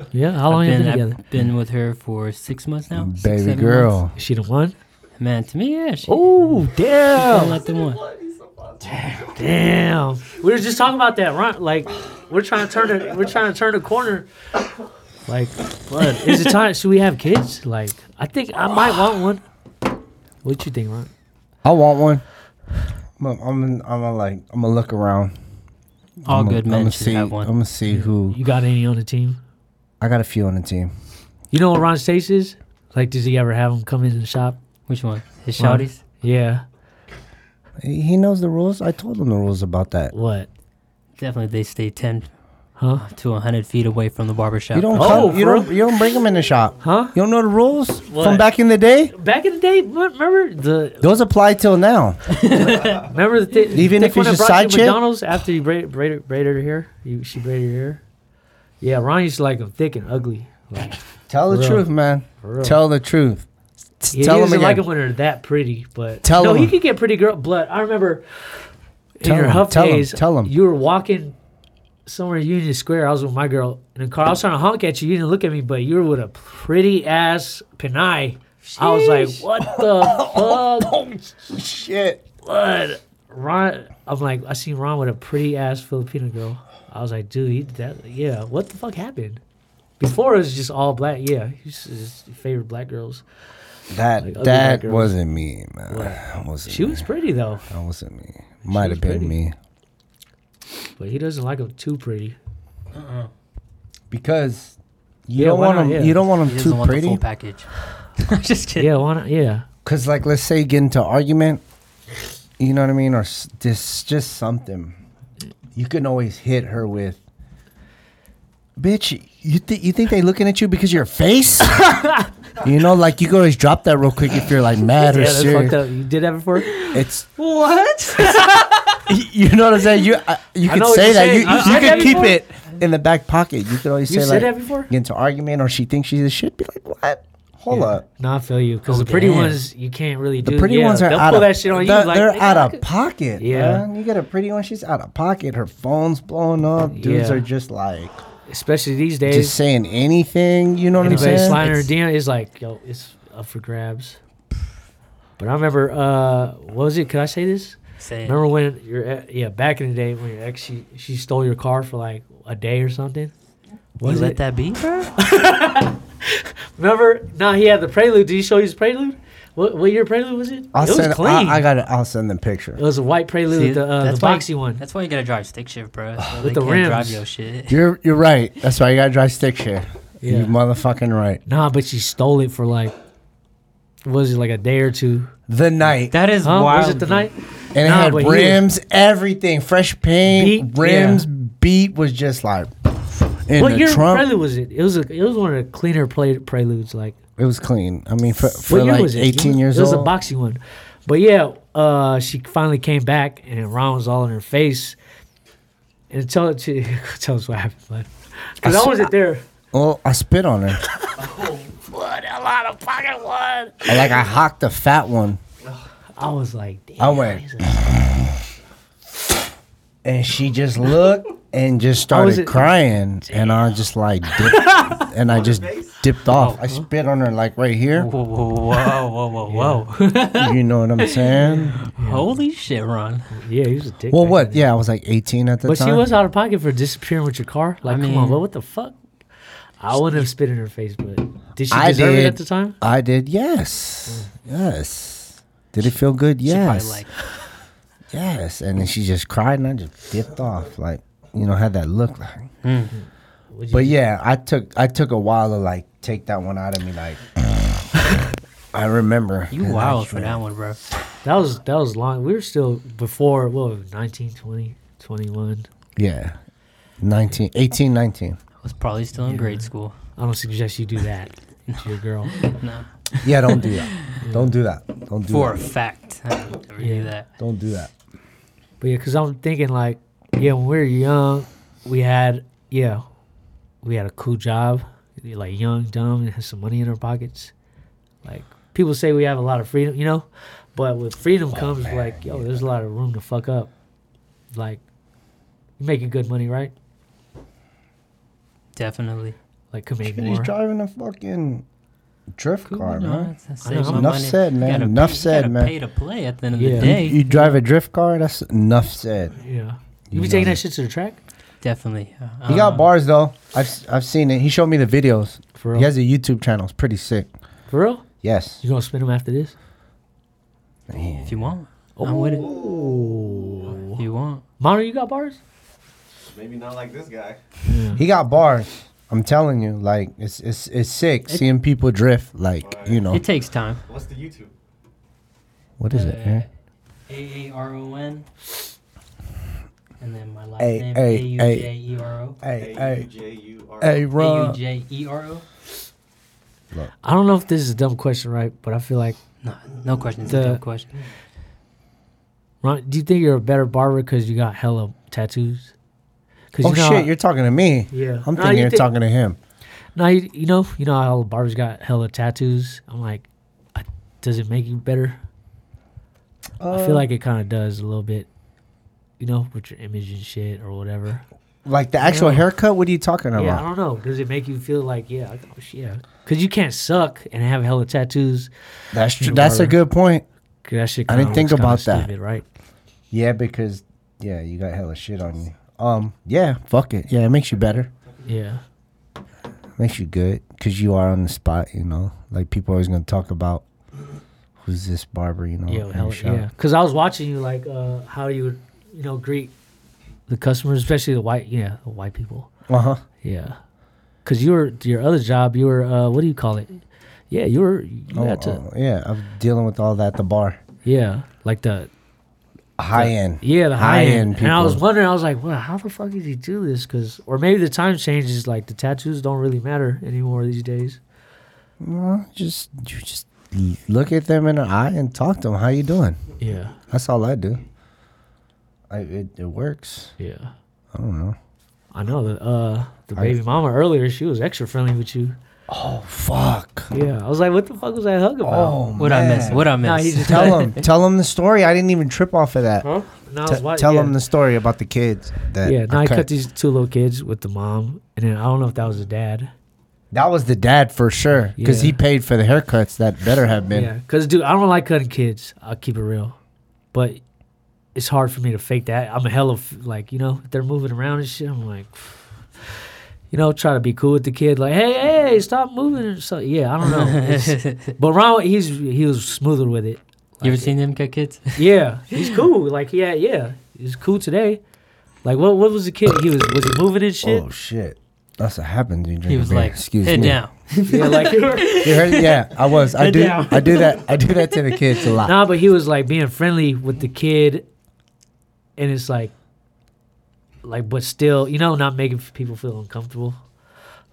Speaker 1: Oh, Yeah, how long
Speaker 3: I've
Speaker 1: you been
Speaker 3: been,
Speaker 1: together?
Speaker 3: I've been with her for six months now. six,
Speaker 2: baby
Speaker 3: seven
Speaker 2: girl.
Speaker 1: Is she the one?
Speaker 3: months. Man, to me, yeah. She,
Speaker 1: Oh
Speaker 3: I
Speaker 1: damn!
Speaker 3: let them one.
Speaker 1: Damn, we were just talking about that, Ron. Like, we're trying to turn it. We're trying to turn the corner. Like, blood. Is it time? Should we have kids? Like, I think I might want one. What you think, Ron?
Speaker 2: I want one. I'm, I'm, I'm gonna like, I'm gonna look around.
Speaker 3: All
Speaker 2: I'm gonna,
Speaker 3: good
Speaker 2: I'm
Speaker 3: men
Speaker 2: gonna
Speaker 3: should
Speaker 2: see,
Speaker 3: have one.
Speaker 2: I'm gonna see who.
Speaker 1: You got any on the team?
Speaker 2: I got a few on the team.
Speaker 1: You know what Ron Stace is? Like, does he ever have them come into the shop?
Speaker 3: Which one? His
Speaker 1: Ron?
Speaker 3: shouties?
Speaker 1: Yeah.
Speaker 2: He he knows the rules. I told him the rules about that.
Speaker 1: What?
Speaker 3: Definitely, they stay ten
Speaker 1: Huh?
Speaker 3: to hundred feet away from the barber shop.
Speaker 2: You don't
Speaker 1: Oh,
Speaker 2: come, you
Speaker 1: for
Speaker 2: don't you don't bring them in the shop.
Speaker 1: Huh?
Speaker 2: You don't know the rules
Speaker 1: What?
Speaker 2: from back in the day?
Speaker 1: Back in the day, what- remember the
Speaker 2: Those apply till now.
Speaker 1: remember the thing?
Speaker 2: Even
Speaker 1: the
Speaker 2: if
Speaker 1: thick one that
Speaker 2: it's your
Speaker 1: brought
Speaker 2: side
Speaker 1: you
Speaker 2: chick?
Speaker 1: McDonald's after you braided, braided, braided her hair, you, she braided her hair. Yeah, Ron used to like them thick and ugly. Like,
Speaker 2: Tell the
Speaker 1: For real.
Speaker 2: truth, man.
Speaker 1: For real.
Speaker 2: Tell the truth. T-
Speaker 1: Yeah,
Speaker 2: Tell
Speaker 1: he
Speaker 2: them
Speaker 1: doesn't
Speaker 2: again.
Speaker 1: like it when they're that pretty, but
Speaker 2: Tell
Speaker 1: no, he
Speaker 2: him.
Speaker 1: could get pretty girl blood. I remember
Speaker 2: Tell
Speaker 1: in your
Speaker 2: him,
Speaker 1: Huff
Speaker 2: tell him,
Speaker 1: days,
Speaker 2: tell him.
Speaker 1: you were walking somewhere in Union Square. I was with my girl in a car. I was trying to honk at you. You didn't look at me, but you were with a pretty ass panai. I was like, what the fuck?
Speaker 2: Shit.
Speaker 1: Blood. Ron, I'm like, I seen Ron with a pretty ass Filipino girl. I was like, dude, he, that, yeah, what the fuck happened? Before it was just all black. Yeah, he's his favorite black girls.
Speaker 2: That
Speaker 1: ugly black
Speaker 2: that
Speaker 1: girls.
Speaker 2: wasn't me, man. That wasn't
Speaker 1: She
Speaker 2: me.
Speaker 1: was pretty though.
Speaker 2: That wasn't me. Might
Speaker 1: was
Speaker 2: have been
Speaker 1: pretty.
Speaker 2: me.
Speaker 1: But he doesn't like them too pretty.
Speaker 2: Because you
Speaker 1: Yeah,
Speaker 2: don't
Speaker 1: why
Speaker 2: want
Speaker 1: not?
Speaker 2: them.
Speaker 1: Yeah.
Speaker 2: You don't want
Speaker 3: He
Speaker 2: them
Speaker 3: doesn't
Speaker 2: too
Speaker 3: want the
Speaker 2: pretty.
Speaker 3: full package. I'm just kidding.
Speaker 1: Yeah, why not? Yeah.
Speaker 2: Cause like, let's say you get into argument. You know what I mean, or s- just just something. You can always hit her with. Bitch, you think you think they looking at you because of your face? you know, like you can always drop that real quick if you're like mad or
Speaker 1: yeah, that's
Speaker 2: serious.
Speaker 1: fucked up. You did that before?
Speaker 2: It's
Speaker 1: What?
Speaker 2: you know what I'm saying. You I, you
Speaker 1: I
Speaker 2: could
Speaker 1: know what
Speaker 2: say
Speaker 1: you're
Speaker 2: that.
Speaker 1: saying.
Speaker 2: You
Speaker 1: I-
Speaker 2: you
Speaker 1: I
Speaker 2: could
Speaker 1: did
Speaker 2: keep
Speaker 1: before.
Speaker 2: it in the back pocket. You could always
Speaker 1: You
Speaker 2: say
Speaker 1: said
Speaker 2: like
Speaker 1: that before?
Speaker 2: get into argument or she thinks she's a shit. Be like, what? Hold up.
Speaker 1: No, I feel you. Because
Speaker 3: Oh,
Speaker 1: the pretty
Speaker 3: damn.
Speaker 1: ones, you can't really do.
Speaker 2: The pretty
Speaker 1: yeah,
Speaker 2: ones are
Speaker 1: they'll
Speaker 2: out
Speaker 1: pull
Speaker 2: of
Speaker 1: that shit on
Speaker 2: they're-
Speaker 1: you. Like,
Speaker 2: they're
Speaker 1: nigga,
Speaker 2: out
Speaker 1: I
Speaker 2: of
Speaker 1: could-
Speaker 2: pocket.
Speaker 1: Yeah.
Speaker 2: man. you get a pretty one. She's out of pocket. Her phone's blowing up. Dudes
Speaker 1: Yeah.
Speaker 2: are just like
Speaker 1: Especially these
Speaker 2: just
Speaker 1: days.
Speaker 2: saying anything. You know what I'm
Speaker 1: Anybody
Speaker 2: saying?
Speaker 1: sliding her
Speaker 2: It's-
Speaker 1: DM is like, yo, it's up for grabs. But I remember, uh, what was it? Could I say this?
Speaker 3: Say it.
Speaker 1: Remember when your e- yeah back in the day when your ex she, she stole your car for like a day or something?
Speaker 3: you
Speaker 1: Was
Speaker 3: let
Speaker 1: it?
Speaker 3: that be, bro?
Speaker 1: Remember? No, he had the Prelude. Did he show you his Prelude? What what year Prelude was it?
Speaker 2: I'll
Speaker 1: it was
Speaker 2: send.
Speaker 1: clean.
Speaker 2: I, I got. I'll send the picture.
Speaker 1: It was a white Prelude,
Speaker 3: See,
Speaker 1: the, uh, the
Speaker 3: that's why-
Speaker 1: boxy one.
Speaker 3: That's why you gotta drive stick shift, bro. So
Speaker 1: With
Speaker 3: they
Speaker 1: the
Speaker 3: can't drive
Speaker 1: rims.
Speaker 3: your shit.
Speaker 2: You're you're right. That's why you gotta drive stick shit.
Speaker 1: Yeah.
Speaker 2: You motherfucking right.
Speaker 1: Nah, but she stole it for like, what was it like a day or two?
Speaker 2: The night
Speaker 3: That is
Speaker 1: Huh?
Speaker 3: wild.
Speaker 1: Was it the
Speaker 3: dude.
Speaker 1: night?
Speaker 2: and it
Speaker 1: Nah,
Speaker 2: had
Speaker 1: but he-
Speaker 2: rims, everything, fresh paint,
Speaker 1: Beat,
Speaker 2: rims, beat was just like in
Speaker 1: what
Speaker 2: the
Speaker 1: year
Speaker 2: trunk.
Speaker 1: Prelude was it? It was a, it was one of the cleaner play, preludes. Like
Speaker 2: It was clean. I mean, for, for
Speaker 1: what year
Speaker 2: like
Speaker 1: was it?
Speaker 2: 18 years
Speaker 1: It was
Speaker 2: old.
Speaker 1: a boxy one, but yeah, uh, she finally came back and Ron was all in her face. And tell it to tell us what happened, bud. Because
Speaker 2: I
Speaker 1: I
Speaker 2: s-
Speaker 1: wasn't there.
Speaker 2: Well, I spit on her.
Speaker 1: Blood, a lot of fucking blood.
Speaker 2: I, like I hocked a fat one,
Speaker 1: I was like, damn.
Speaker 2: I went,
Speaker 1: he's a-
Speaker 2: and she just looked and just
Speaker 1: was
Speaker 2: started
Speaker 1: it-
Speaker 2: crying, and I just like dipped, and I just dipped off. I spit on her like right here.
Speaker 3: Whoa, whoa, whoa, whoa, whoa, whoa.
Speaker 2: You know what I'm saying?
Speaker 3: Holy shit, Ron.
Speaker 1: yeah, he was a dick.
Speaker 2: Well,
Speaker 1: back
Speaker 2: what?
Speaker 1: then.
Speaker 2: Yeah, I was like 18 at the
Speaker 1: But
Speaker 2: time.
Speaker 1: she was out of pocket for disappearing with your car. Like,
Speaker 3: I
Speaker 1: come on,
Speaker 3: mean-
Speaker 1: but what the fuck? I wouldn't have spit in her face, but did she
Speaker 2: I
Speaker 1: deserve it at
Speaker 2: did.
Speaker 1: the time?
Speaker 2: I did. Yes. Yes. Did it feel good?
Speaker 3: She
Speaker 2: Yes.
Speaker 3: probably like,
Speaker 2: Yes, and then she just cried, and I just dipped off, like you know, had that look. Like.
Speaker 1: Would you-
Speaker 2: But yeah, I took I took a while to like take that one out of me. Like I remember
Speaker 3: you wild for that one, bro.
Speaker 1: that was that was long. We were still before what 19, 20, 21.
Speaker 2: Yeah, 19, 18, 19.
Speaker 3: was probably still in grade school.
Speaker 1: I don't suggest you do that to your girl.
Speaker 3: No,
Speaker 2: Yeah, don't do that. Don't do that. Don't do
Speaker 3: for a
Speaker 2: that.
Speaker 3: fact, I would never
Speaker 1: Yeah.
Speaker 3: do that.
Speaker 2: Don't do that.
Speaker 1: But yeah, because I'm thinking like, yeah, when we were young, we had yeah, we had a cool job, We were, like young, dumb, and had some money in our pockets. Like people say, we have a lot of freedom, you know, but with freedom comes like, yo, there's a lot of room to fuck up. Like, you're making good money, right?
Speaker 3: Definitely.
Speaker 1: Like, could make
Speaker 2: Dude, he's
Speaker 1: more.
Speaker 2: driving a fucking drift car,
Speaker 3: No,
Speaker 2: man.
Speaker 3: that's- that's
Speaker 1: I know.
Speaker 3: saving
Speaker 2: Enough
Speaker 3: money.
Speaker 2: said,
Speaker 3: You
Speaker 2: man.
Speaker 3: gotta
Speaker 2: Enough
Speaker 3: pay- you
Speaker 2: said,
Speaker 3: gotta
Speaker 2: man.
Speaker 3: Pay to play at the end of
Speaker 1: Yeah.
Speaker 3: the
Speaker 1: You-
Speaker 3: day.
Speaker 2: You drive a drift car. That's enough said.
Speaker 1: Yeah,
Speaker 2: You
Speaker 1: you be
Speaker 2: know
Speaker 1: taking
Speaker 2: me.
Speaker 1: that shit to the track
Speaker 3: Definitely. Uh,
Speaker 2: He got bars though. I've s- I've seen it. He showed me the videos.
Speaker 1: Uh-huh. for real.
Speaker 2: He has a YouTube channel. It's pretty sick.
Speaker 1: For real,
Speaker 2: Yes.
Speaker 1: you gonna spin them after this?
Speaker 3: If you want, I'm with it.
Speaker 1: Oh,
Speaker 3: If you want,
Speaker 1: Mono, you got bars?
Speaker 2: Oh.
Speaker 4: Maybe not like this guy.
Speaker 1: Yeah.
Speaker 2: He got bars. I'm telling you, like it's it's it's sick seeing people drift. Like you know,
Speaker 3: it takes time.
Speaker 4: What's the YouTube?
Speaker 2: what is it? man?
Speaker 3: A A R O N. And then my last
Speaker 2: A-
Speaker 3: name
Speaker 2: A-
Speaker 3: A U J E R O.
Speaker 2: Hey hey
Speaker 4: A-U-J-U-R.
Speaker 2: hey,
Speaker 3: A U
Speaker 2: Rob.
Speaker 3: J E R O.
Speaker 1: I don't know if this is a dumb question, right? But I feel like
Speaker 3: No, no question. It's a
Speaker 1: The-
Speaker 3: dumb question.
Speaker 1: Ron, do you think you're a better barber because you got hella tattoos? Cause
Speaker 2: Oh
Speaker 1: you know,
Speaker 2: shit, you're talking to me.
Speaker 1: Yeah.
Speaker 2: I'm
Speaker 1: Nah,
Speaker 2: thinking
Speaker 1: you
Speaker 2: you're
Speaker 1: think-
Speaker 2: talking to him.
Speaker 1: no, you, you know, you know how barbers got hella tattoos. I'm like, I, does it make you better? I
Speaker 2: Uh, Oh.
Speaker 1: feel like it kind of does a little bit, you know, with your image and shit or whatever.
Speaker 2: Like the actual
Speaker 1: Yeah.
Speaker 2: haircut. What are you talking about?
Speaker 1: Yeah, I don't know. Does it make you feel like, yeah, I- oh, shit, yeah? Because you can't suck and have hella tattoos.
Speaker 2: That's
Speaker 1: You
Speaker 2: true. That's a
Speaker 1: barber.
Speaker 2: good point.
Speaker 1: 'Cause that shit
Speaker 2: I didn't
Speaker 1: kinda
Speaker 2: think
Speaker 1: looks kinda
Speaker 2: about that.
Speaker 1: stupid, right?
Speaker 2: Yeah, because yeah, you got hella shit on you. Um, yeah, fuck it. Yeah, it makes you better.
Speaker 1: Yeah.
Speaker 2: Makes you good because you are on the spot. You know, like people are always gonna talk about who's this barber. You know,
Speaker 1: Yeah,
Speaker 2: in the
Speaker 1: hell,
Speaker 2: shop.
Speaker 1: yeah. Because I was watching you, like uh, how you would, you know, greet the customers, especially the white, yeah, the white people.
Speaker 2: Uh huh.
Speaker 1: Yeah, because you were your other job. You were uh, what do you call it? Yeah, you were you
Speaker 2: Oh,
Speaker 1: had to
Speaker 2: oh, yeah, I'm dealing with all that at the bar.
Speaker 1: yeah, like the
Speaker 2: High end.
Speaker 1: yeah the high, end.
Speaker 2: people.
Speaker 1: And I was wondering, I was like, well, how the fuck did you do this? Because or maybe the time changes, like the tattoos don't really matter anymore these days.
Speaker 2: Well, just you just look at them in the eye and talk to them. How you doing?
Speaker 1: Yeah,
Speaker 2: That's all I do. I it, it works.
Speaker 1: yeah.
Speaker 2: I don't know.
Speaker 1: I know that uh, the
Speaker 2: I-
Speaker 1: baby mama earlier, she was extra friendly with you.
Speaker 2: Oh fuck.
Speaker 1: Yeah, I was like, what the fuck was that hug about?
Speaker 2: Oh,
Speaker 3: What I miss?
Speaker 2: man.
Speaker 3: What I miss?
Speaker 1: Nah, he just-
Speaker 2: tell him tell him the story i didn't even trip off of that
Speaker 1: Huh? And I was
Speaker 2: T-
Speaker 1: wa-
Speaker 2: tell
Speaker 1: yeah.
Speaker 2: him the story about the kids that
Speaker 1: Yeah, now
Speaker 2: I
Speaker 1: I cut
Speaker 2: cut.
Speaker 1: these two little kids with the mom, and then I don't know if that was the dad.
Speaker 2: that was the dad for sure because
Speaker 1: Yeah.
Speaker 2: he paid for the haircuts that better have been
Speaker 1: Yeah, because dude, I don't like cutting kids. I'll keep it real, but it's hard for me to fake that. I'm a hell of like you know if they're moving around and shit. I'm like, you know, try to be cool with the kid. Like, hey, hey, stop moving. So yeah, I don't know. It's- but Ron, he's he was smoother with it.
Speaker 3: you ever
Speaker 1: Like,
Speaker 3: seen them cut kids?
Speaker 1: Yeah, he's cool. Like yeah, yeah, he's cool today. Like what? What was the kid? He was was he moving and shit?
Speaker 2: oh shit that's what happens when you drink
Speaker 3: He
Speaker 2: a
Speaker 3: was
Speaker 2: beer.
Speaker 3: like,
Speaker 2: excuse
Speaker 3: head
Speaker 2: me
Speaker 3: down.
Speaker 1: Yeah, like.
Speaker 2: You heard- yeah i was i
Speaker 3: Head
Speaker 2: do
Speaker 3: down.
Speaker 2: i do that i do that to the kids a lot
Speaker 1: Nah, but he was like being friendly with the kid, and it's like, like, but still, you know, not making people feel uncomfortable.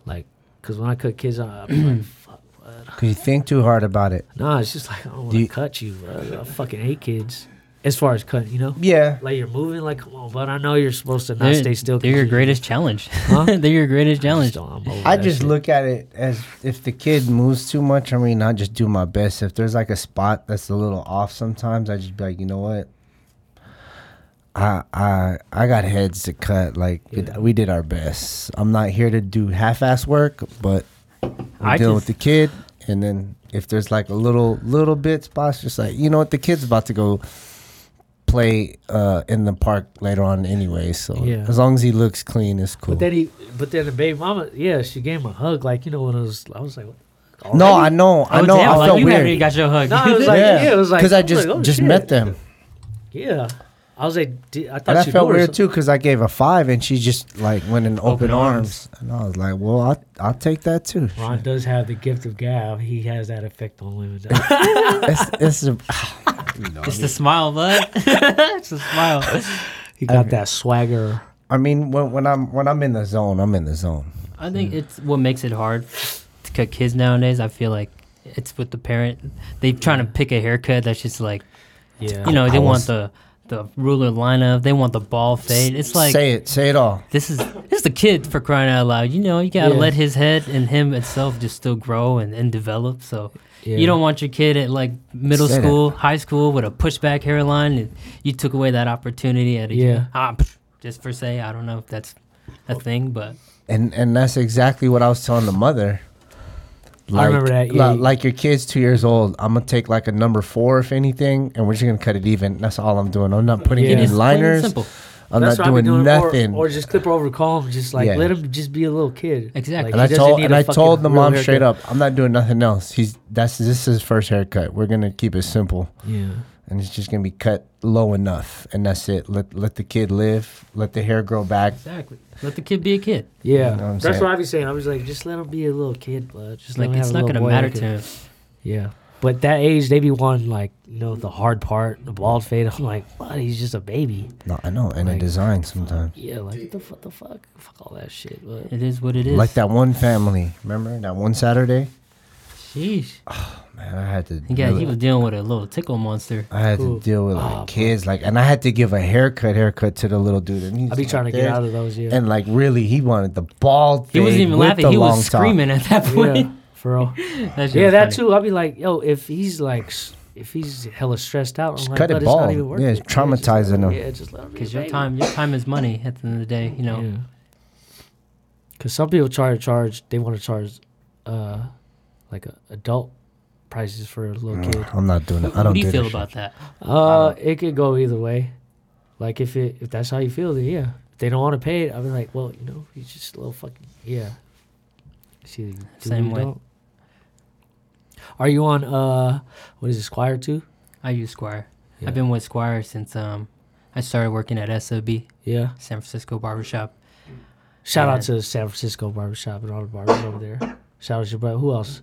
Speaker 1: Like, cause when I cut kids, I- I'm like, fuck. What?
Speaker 2: 'Cause you think too hard about it
Speaker 1: Nah, it's just like I don't want
Speaker 2: Do
Speaker 1: to
Speaker 2: you-
Speaker 1: cut you. Bro. I fucking hate kids. As far as cutting, you know,
Speaker 2: yeah
Speaker 1: like you're moving, like come on, but I know you're supposed to not
Speaker 3: They're,
Speaker 1: stay still.
Speaker 3: they're your greatest challenge.
Speaker 1: Huh?
Speaker 3: they're your greatest challenge.
Speaker 1: Oh,
Speaker 2: I just look at it as if the kid moves too much. I mean, I just do my best. If there's like a spot that's a little off, sometimes I just be like, you know what? I I I got heads to cut. Like
Speaker 1: Yeah.
Speaker 2: we did our best. I'm not here to do half-ass work, but I'm
Speaker 3: I
Speaker 2: dealing
Speaker 3: just-
Speaker 2: with the kid. And then if there's like a little little bit spots, just like you know what, the kid's about to go play uh, in the park later on anyway. So
Speaker 1: Yeah.
Speaker 2: as long as he looks clean, it's cool.
Speaker 1: But then he, but then the baby mama, yeah, she gave him a hug. Like you know when I was, I was like, what?
Speaker 2: no, I know, I
Speaker 3: Oh,
Speaker 2: know,
Speaker 3: damn,
Speaker 2: I
Speaker 3: like,
Speaker 2: felt
Speaker 3: you
Speaker 2: weird.
Speaker 3: Haven't got your hug.
Speaker 1: No, it was like- yeah, it was like-
Speaker 2: because I
Speaker 1: I was
Speaker 2: just
Speaker 1: like, oh,
Speaker 2: just
Speaker 1: shit.
Speaker 2: met them,
Speaker 1: yeah. I was like, D- I thought
Speaker 2: and I
Speaker 1: she
Speaker 2: felt
Speaker 1: knew or
Speaker 2: weird
Speaker 1: something.
Speaker 2: too because I gave a five, and she just like went in open, arms. and I was like, "Well, I'll, I'll take that too."
Speaker 1: Ron does have the gift of gab. He has that effect on women.
Speaker 2: it's, it's a,
Speaker 3: it's the smile, bud. it's the smile.
Speaker 1: he got that swagger.
Speaker 2: I mean, when, when I'm when I'm in the zone, I'm in the zone.
Speaker 3: I think it's what makes it hard to cut kids nowadays. I feel like it's with the parent. They trying to pick a haircut that's just like
Speaker 1: Yeah.
Speaker 3: you know
Speaker 2: I
Speaker 3: they
Speaker 2: was-
Speaker 3: want the the ruler lineup. They want the ball fade. It's like
Speaker 2: say it, say it all.
Speaker 3: this is this is the kid for crying out loud. You know you gotta
Speaker 1: Yeah.
Speaker 3: let his head and him itself just still grow and, and develop. So
Speaker 1: yeah.
Speaker 3: you don't want your kid at like middle
Speaker 2: Say that.
Speaker 3: school, high school with a pushback hairline. And you took away that opportunity at a
Speaker 1: Yeah.
Speaker 3: Ah, pff, just for say I don't know if that's a thing, but
Speaker 2: And and that's exactly what I was telling the mother. Like,
Speaker 1: remember that, yeah.
Speaker 2: li- like your kid's two years old. I'm gonna take like a number four, if anything, and we're just gonna cut it even. That's all I'm doing. I'm not putting
Speaker 1: Yeah.
Speaker 2: any
Speaker 1: It is
Speaker 3: it's plain and
Speaker 2: liners.
Speaker 3: simple.
Speaker 2: I'm
Speaker 1: That's
Speaker 2: not
Speaker 1: what I
Speaker 2: doing,
Speaker 1: be or-
Speaker 2: nothing.
Speaker 1: Or, just clip her over, call him, just like
Speaker 2: Yeah.
Speaker 1: let him just be a little kid.
Speaker 3: Exactly.
Speaker 1: Like,
Speaker 2: and
Speaker 1: he
Speaker 2: I
Speaker 1: doesn't
Speaker 2: told
Speaker 1: need
Speaker 2: and
Speaker 1: a
Speaker 2: I
Speaker 1: fucking
Speaker 2: told the
Speaker 1: real
Speaker 2: mom
Speaker 1: haircut.
Speaker 2: straight up, I'm not doing nothing else. He's that's this is his first haircut. We're gonna keep it simple,
Speaker 1: Yeah.
Speaker 2: and it's just gonna be cut low enough, and that's it. Let let the kid live. Let the hair grow back.
Speaker 3: Exactly. Let the kid be a kid.
Speaker 1: Yeah,
Speaker 2: You know what I'm
Speaker 1: that's
Speaker 2: saying?
Speaker 1: what I be saying. I was like, just let him be a little kid, bud. Just
Speaker 3: It's
Speaker 1: let
Speaker 3: like
Speaker 1: him
Speaker 3: it's
Speaker 1: have a
Speaker 3: not
Speaker 1: little
Speaker 3: gonna
Speaker 1: boy
Speaker 3: matter
Speaker 1: haircut.
Speaker 3: to him.
Speaker 1: Yeah, but that age, they be wanting like you know the hard part, the bald fade. I'm like, what? He's just a baby.
Speaker 2: No, I know, and in
Speaker 1: Like-
Speaker 2: design sometimes.
Speaker 1: Yeah, like what the fuck, the fuck, fuck all that shit. But
Speaker 3: It is what it is.
Speaker 2: Like that one family, remember that one Saturday?
Speaker 3: Sheesh.
Speaker 2: Man, I had to.
Speaker 3: Yeah,
Speaker 2: really-
Speaker 3: he was dealing with a little tickle monster.
Speaker 2: I had
Speaker 1: Cool.
Speaker 2: to deal with
Speaker 1: Ah,
Speaker 2: like
Speaker 1: bro.
Speaker 2: kids, like, and I had to give a haircut, haircut to the little dude. And he's
Speaker 1: I be
Speaker 2: like
Speaker 1: trying to get
Speaker 2: this,
Speaker 1: out of those. Yeah,
Speaker 2: And like, really, he wanted the bald.
Speaker 3: He wasn't
Speaker 2: fade
Speaker 3: even
Speaker 2: with
Speaker 3: laughing.
Speaker 2: the
Speaker 3: He
Speaker 2: long
Speaker 3: was
Speaker 2: top.
Speaker 3: screaming at that point.
Speaker 1: yeah, for real.
Speaker 3: that
Speaker 1: Yeah, that too. I'll be like, yo, if he's like, s- if he's hella stressed out, I'm
Speaker 2: Just
Speaker 1: like,
Speaker 2: cut it
Speaker 1: "Bud, it's not
Speaker 2: bald.
Speaker 1: even worth
Speaker 2: Yeah,
Speaker 1: it.
Speaker 2: it's
Speaker 1: just let
Speaker 2: traumatizing him.
Speaker 1: Yeah, just let him be a
Speaker 3: Because your
Speaker 1: baby.
Speaker 3: time, your time is money. At the end of the day, you know.
Speaker 1: Yeah. Cause some people try to charge, they want to charge, uh, like a adult prices for a little kid.
Speaker 2: Mm, I'm not doing it.
Speaker 3: What,
Speaker 2: I don't
Speaker 3: what do you
Speaker 2: that
Speaker 3: feel
Speaker 2: shit.
Speaker 3: about that?
Speaker 1: Uh, it could go either way. Like if it if that's how you feel, then yeah. If they don't want to pay it, I'll be like, well, you know, he's just a little fucking yeah. See, do what
Speaker 3: Same
Speaker 1: you
Speaker 3: way.
Speaker 1: don't. Are you on uh, what is it, Squire too?
Speaker 3: I use Squire.
Speaker 1: Yeah.
Speaker 3: I've been with Squire since um, I started working at SOB,
Speaker 1: Yeah.
Speaker 3: San Francisco Barbershop.
Speaker 1: Shout out
Speaker 3: And-
Speaker 1: to San Francisco Barbershop and all the barbers over there. Shout out to your brother. Who else?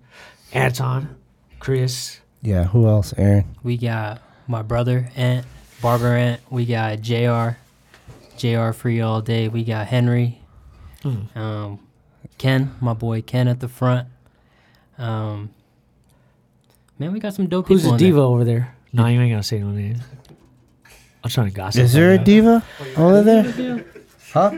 Speaker 1: Anton, Chris.
Speaker 2: Yeah, who else? Aaron.
Speaker 3: We got my brother, Aunt, Barber Aunt. We got JR, JR free all day. We got Henry,
Speaker 1: Mm.
Speaker 3: um, Ken, my boy Ken at the front. Um, man, we got some dope
Speaker 1: Who's the
Speaker 3: people. in
Speaker 1: diva over there? No, you ain't gotta say no names. I'm trying to gossip.
Speaker 2: Is there a
Speaker 1: about that.
Speaker 2: diva over there?
Speaker 3: Oh, there.
Speaker 2: Huh?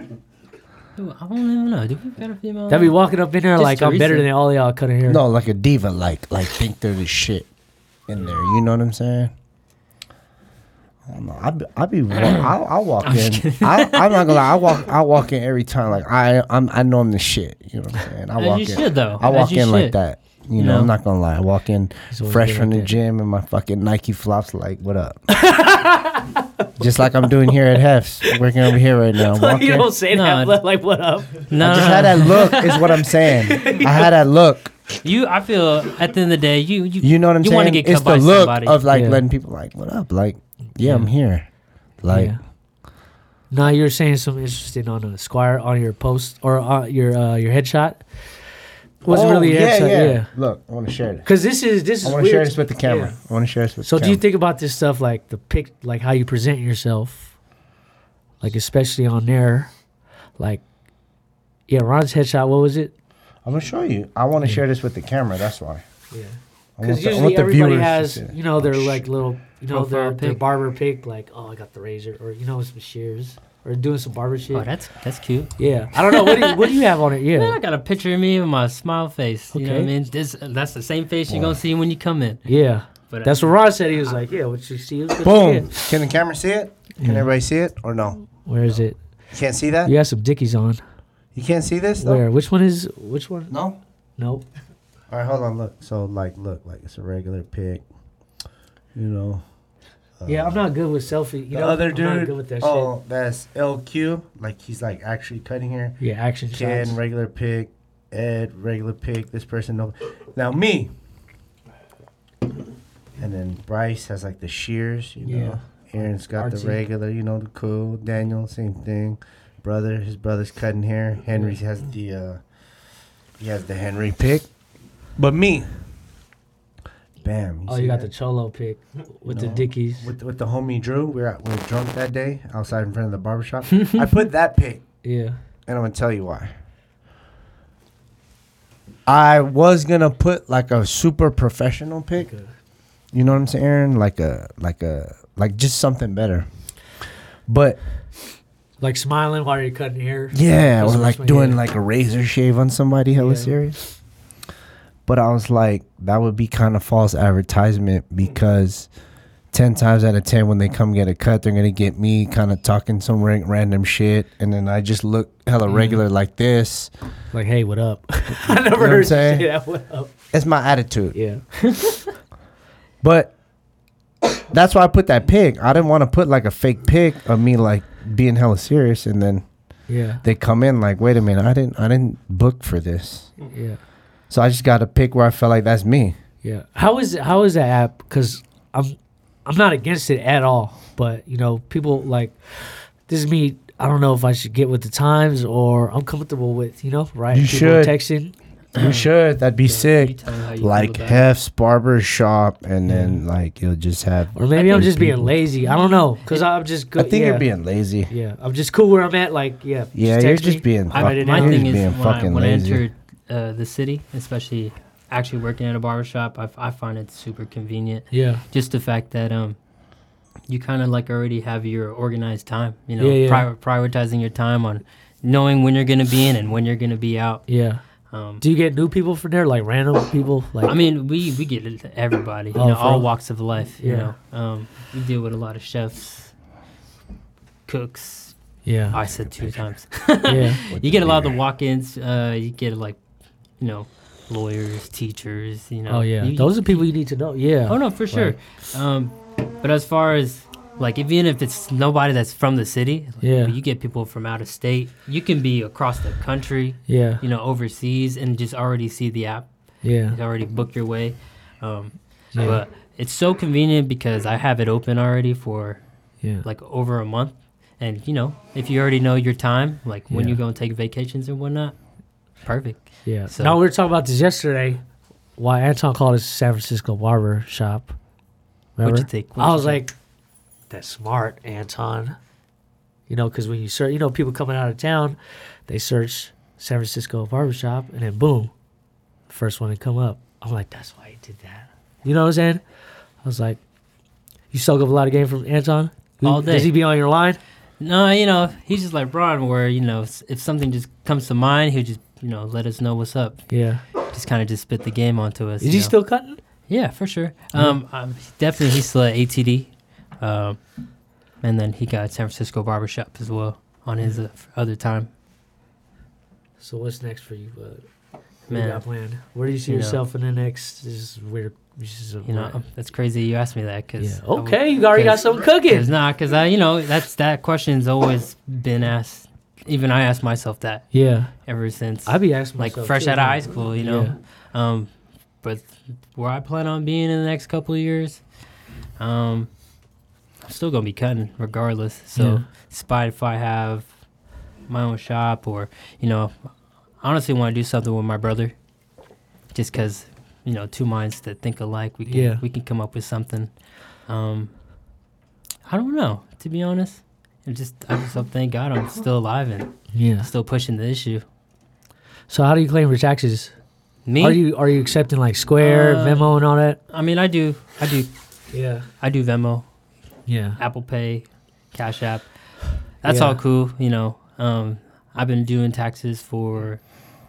Speaker 3: Dude, I don't even know. Do we got a female?
Speaker 1: That'd be walking up in there
Speaker 3: Just
Speaker 1: like I'm better
Speaker 3: Teresa.
Speaker 1: than all y'all cutting hair.
Speaker 2: No, like a diva, like like think they're the shit in there. You know what I'm saying? I don't know. I be, I be wa- I, I walk
Speaker 3: I'm
Speaker 2: in.
Speaker 3: just
Speaker 2: I, I'm not gonna lie. I walk I walk in every time. Like I I'm I know I'm the shit. You know what I'm saying? I
Speaker 3: As
Speaker 2: walk
Speaker 3: you
Speaker 2: in.
Speaker 3: should, though.
Speaker 2: I
Speaker 3: As
Speaker 2: walk in
Speaker 3: you
Speaker 2: like
Speaker 3: should.
Speaker 2: that. You,
Speaker 3: You
Speaker 2: know, I'm
Speaker 3: know.
Speaker 2: not gonna lie. I walk in
Speaker 1: It's always
Speaker 2: fresh
Speaker 1: been
Speaker 2: from
Speaker 1: like
Speaker 2: the
Speaker 1: that.
Speaker 2: gym and my fucking Nike flops. Like what up? Just like I'm doing here at Hef's. Working over here right now. I'm
Speaker 1: you
Speaker 2: walking.
Speaker 1: don't say
Speaker 3: No,
Speaker 1: that. but, Like what up?
Speaker 3: no,
Speaker 2: I
Speaker 3: no,
Speaker 2: just
Speaker 3: no.
Speaker 2: had that
Speaker 1: Uh-huh.
Speaker 2: look. Is what I'm saying. I had that look.
Speaker 3: You, I feel at the end of the day, you, you,
Speaker 2: You know what I'm
Speaker 3: you
Speaker 2: saying?
Speaker 3: want to get cut
Speaker 2: it's
Speaker 3: by
Speaker 2: the look
Speaker 3: somebody.
Speaker 2: of like
Speaker 1: Yeah.
Speaker 2: letting people like, what up? Like, yeah, I'm here. Like,
Speaker 1: yeah. Now you're saying something interesting on a Squire on your post or on your uh, your headshot. Wasn't
Speaker 2: oh,
Speaker 1: really a
Speaker 2: yeah,
Speaker 1: headshot,
Speaker 2: yeah.
Speaker 1: yeah.
Speaker 2: Look, I want to share this.
Speaker 1: Cause this is this is
Speaker 2: I want
Speaker 1: weird.
Speaker 2: to share this with the camera.
Speaker 1: Yeah.
Speaker 2: I want to share this with.
Speaker 1: So
Speaker 2: the
Speaker 1: do you
Speaker 2: camera.
Speaker 1: think about this stuff like the pic, like how you present yourself, like especially on there, like yeah, Ron's headshot. What was it?
Speaker 2: I'm gonna show you. I want to share this with the camera. That's why.
Speaker 1: Yeah,
Speaker 2: I want
Speaker 1: because
Speaker 2: the- I
Speaker 1: usually
Speaker 2: want the
Speaker 1: everybody
Speaker 2: viewers to
Speaker 1: has
Speaker 2: see it.
Speaker 1: you know their
Speaker 2: Oh,
Speaker 1: like
Speaker 2: shit.
Speaker 1: little you know their,
Speaker 3: Profile
Speaker 1: their
Speaker 3: pic.
Speaker 1: barber pick like oh I got the razor or you know some shears or doing some barber shit.
Speaker 3: oh, that's that's cute.
Speaker 1: yeah, I don't know what do you, what do you have on it?
Speaker 3: Man, I
Speaker 1: Yeah,
Speaker 3: got a picture of me with my smile face. You know what I
Speaker 1: Okay.
Speaker 3: mean? This, that's the same face you're gonna see when you come in.
Speaker 1: yeah.
Speaker 2: uh,
Speaker 3: But
Speaker 1: That's what Ron said. He was like, yeah, what you see is what you
Speaker 2: Boom.
Speaker 1: get.
Speaker 2: Can the camera see it? Can everybody see it or no?
Speaker 1: Where is it?
Speaker 2: You can't see that.
Speaker 1: You got some dickies on.
Speaker 2: You can't see this though.
Speaker 1: Where? Which one is? Which one?
Speaker 2: No.
Speaker 1: Nope.
Speaker 2: All right, hold on. Look. So like, look, like it's a regular pic. You know.
Speaker 1: Yeah, I'm not good with selfie. You
Speaker 2: Uh, The
Speaker 1: know,
Speaker 2: other
Speaker 1: I'm
Speaker 2: dude.
Speaker 1: Not good with that shit.
Speaker 2: oh, that's LQ. Like he's like actually cutting here.
Speaker 1: Yeah, action
Speaker 2: Ken,
Speaker 1: shots.
Speaker 2: regular pick. Ed, regular pick. This person, no. Now me. And then Bryce has like the shears, you know. Aaron's got the
Speaker 1: Archie.
Speaker 2: regular, you know, the cool. Daniel, same thing. Brother, his brother's cutting hair. Henry has the, uh, he has the Henry pick. But me. Bam.
Speaker 1: Oh,
Speaker 2: see
Speaker 1: you got
Speaker 2: that?
Speaker 1: the cholo pick with the
Speaker 2: No.
Speaker 1: dickies.
Speaker 2: with, with the homie Drew. We were, at, we were drunk that day outside in front of the barbershop. I put that pick,
Speaker 1: Yeah.
Speaker 2: and I'm gonna tell you why. I was gonna put like a super professional pick.
Speaker 1: Okay.
Speaker 2: You know what I'm saying? Aaron? Like a like a like just something better. But
Speaker 1: Like smiling while you're cutting hair.
Speaker 2: yeah,
Speaker 1: That's
Speaker 2: or
Speaker 1: what
Speaker 2: like
Speaker 1: we
Speaker 2: doing
Speaker 1: did.
Speaker 2: like a razor shave on somebody hella
Speaker 1: Yeah.
Speaker 2: serious. But I was like, that would be kind of false advertisement because ten times out of ten when they come get a cut, they're gonna get me kind of talking some ra- random shit, and then I just look hella
Speaker 1: Mhm.
Speaker 2: regular like this.
Speaker 1: Like, hey, what up? I never
Speaker 2: know what I'm
Speaker 1: heard you
Speaker 2: saying?
Speaker 1: say that. What up?
Speaker 2: That's my attitude.
Speaker 1: Yeah.
Speaker 2: But that's why I put that pic. I didn't want to put like a fake pic of me like being hella serious, and then
Speaker 1: Yeah.
Speaker 2: they come in like, wait a minute, I didn't I didn't book for this.
Speaker 1: Yeah.
Speaker 2: So I just got a pic where I felt like that's me.
Speaker 1: Yeah. How is how is that app? Because I'm I'm not against it at all. But you know, people like this is me. I don't know if I should get with the times or I'm comfortable with you know right.
Speaker 2: You
Speaker 1: people are
Speaker 2: should.
Speaker 1: texting.
Speaker 2: You should. That'd be
Speaker 3: You
Speaker 2: sick.
Speaker 3: tell me how you feel
Speaker 2: Like
Speaker 3: about it.
Speaker 2: Hef's barber shop, and then like you'll just have.
Speaker 1: Or maybe I'm
Speaker 2: think
Speaker 1: just being
Speaker 2: people-
Speaker 1: lazy. I don't know because I'm just
Speaker 2: I
Speaker 1: good.
Speaker 2: think
Speaker 1: yeah.
Speaker 2: you're being lazy.
Speaker 1: Yeah, I'm just cool where I'm at. Like, yeah.
Speaker 2: Yeah, you're
Speaker 1: text
Speaker 2: just
Speaker 1: me.
Speaker 2: being
Speaker 1: I
Speaker 2: fuck-
Speaker 1: write it
Speaker 2: you're
Speaker 1: down.
Speaker 3: My thing
Speaker 2: just
Speaker 3: is
Speaker 2: being
Speaker 3: when, I,
Speaker 2: fucking
Speaker 3: when I
Speaker 2: lazy.
Speaker 3: entered uh, the city, especially actually working at a barbershop, I, f- I find it super convenient.
Speaker 1: Yeah,
Speaker 3: Just the fact that um, you kind of like already have your organized time. You know,
Speaker 1: Yeah, yeah.
Speaker 3: prior- prioritizing your time on knowing when you're gonna be in and when you're gonna be out.
Speaker 1: yeah.
Speaker 3: Um,
Speaker 1: Do you get new people from there, like random people? Like,
Speaker 3: I mean, we we get it to everybody, you
Speaker 1: Oh,
Speaker 3: know,
Speaker 1: for
Speaker 3: all
Speaker 1: real?
Speaker 3: walks of life. You
Speaker 1: Yeah.
Speaker 3: know, um, we deal with a lot of chefs, cooks.
Speaker 1: yeah,
Speaker 3: I said two times.
Speaker 1: yeah,
Speaker 3: you get a lot of the walk-ins. Uh, you get like, you know, lawyers, teachers. You know.
Speaker 1: oh yeah.
Speaker 3: You-
Speaker 1: Those are people you need to know. Yeah.
Speaker 3: Oh no, for sure. Um, but as far as like, if- even if it's nobody that's from the city, like,
Speaker 1: Yeah.
Speaker 3: you get people from out of state. You can be across the country,
Speaker 1: Yeah,
Speaker 3: you know, overseas, and just already see the app.
Speaker 1: yeah,
Speaker 3: You can already book your way. Um,
Speaker 1: Yeah.
Speaker 3: But it's so convenient because I have it open already for
Speaker 1: yeah.
Speaker 3: like over a month. And you know, if you already know your time, like when
Speaker 1: Yeah.
Speaker 3: you going to take vacations and whatnot, perfect.
Speaker 1: Yeah.
Speaker 3: So-
Speaker 1: no, we were talking about this yesterday. Why Anton called his San Francisco barber shop. Remember?
Speaker 3: What'd you think? What'd
Speaker 1: I
Speaker 3: you
Speaker 1: was
Speaker 3: think?
Speaker 1: like, that's smart, Anton. You know, because when you search, you know, people coming out of town, they search San Francisco barber shop, and then boom, first one to come up. I'm like, that's why he did that. You know what I'm saying? I was like, you soak up a lot of game from Anton. Who-
Speaker 3: All day.
Speaker 1: Does he be on your line?
Speaker 3: No, you know, he's just like Ron, where you know, s- if something just comes to mind, he'll just you know let us know what's up.
Speaker 1: Yeah.
Speaker 3: Just kind of just spit the game onto us.
Speaker 1: Is
Speaker 3: you
Speaker 1: he
Speaker 3: know?
Speaker 1: still cutting?
Speaker 3: Yeah, for sure. Um, um, definitely, he's still at ATD, um, and then he got San Francisco barbershop as well on his uh, f- other time.
Speaker 1: So what's next for you, bud? What
Speaker 3: Man.
Speaker 1: you got planned? Where do you see
Speaker 3: You know.
Speaker 1: yourself in the next? This is where this is a
Speaker 3: You know, um, that's crazy. You asked me that
Speaker 1: yeah.
Speaker 3: because
Speaker 1: Okay, you already got
Speaker 3: because-
Speaker 1: something cooking.
Speaker 3: It's not because I, you know, that's that question's always been asked. Even I asked myself that
Speaker 1: Yeah,
Speaker 3: ever since,
Speaker 1: I be asking
Speaker 3: like
Speaker 1: myself
Speaker 3: fresh
Speaker 1: too,
Speaker 3: out of high
Speaker 1: like,
Speaker 3: school, you know. Um, but where I plan on being in the next couple of years, um, I'm still gonna be cutting regardless. So,
Speaker 1: Yeah.
Speaker 3: despite if I have my own shop or you know, I honestly want to do something with my brother, just because you know, two minds that think alike, we can
Speaker 1: Yeah.
Speaker 3: we can come up with something. Um, I don't know, to be honest. I'm just I just hope thank God I'm still alive and
Speaker 1: Yeah.
Speaker 3: still pushing the issue.
Speaker 1: So how do you claim your taxes?
Speaker 3: Me,
Speaker 1: Are you are you accepting like Square,
Speaker 3: Uh,
Speaker 1: Venmo, and all that?
Speaker 3: I mean, I do, I do,
Speaker 1: Yeah.
Speaker 3: I do Venmo.
Speaker 1: Yeah.
Speaker 3: Apple Pay, Cash App. That's
Speaker 1: Yeah.
Speaker 3: all cool, you know. Um, I've been doing taxes for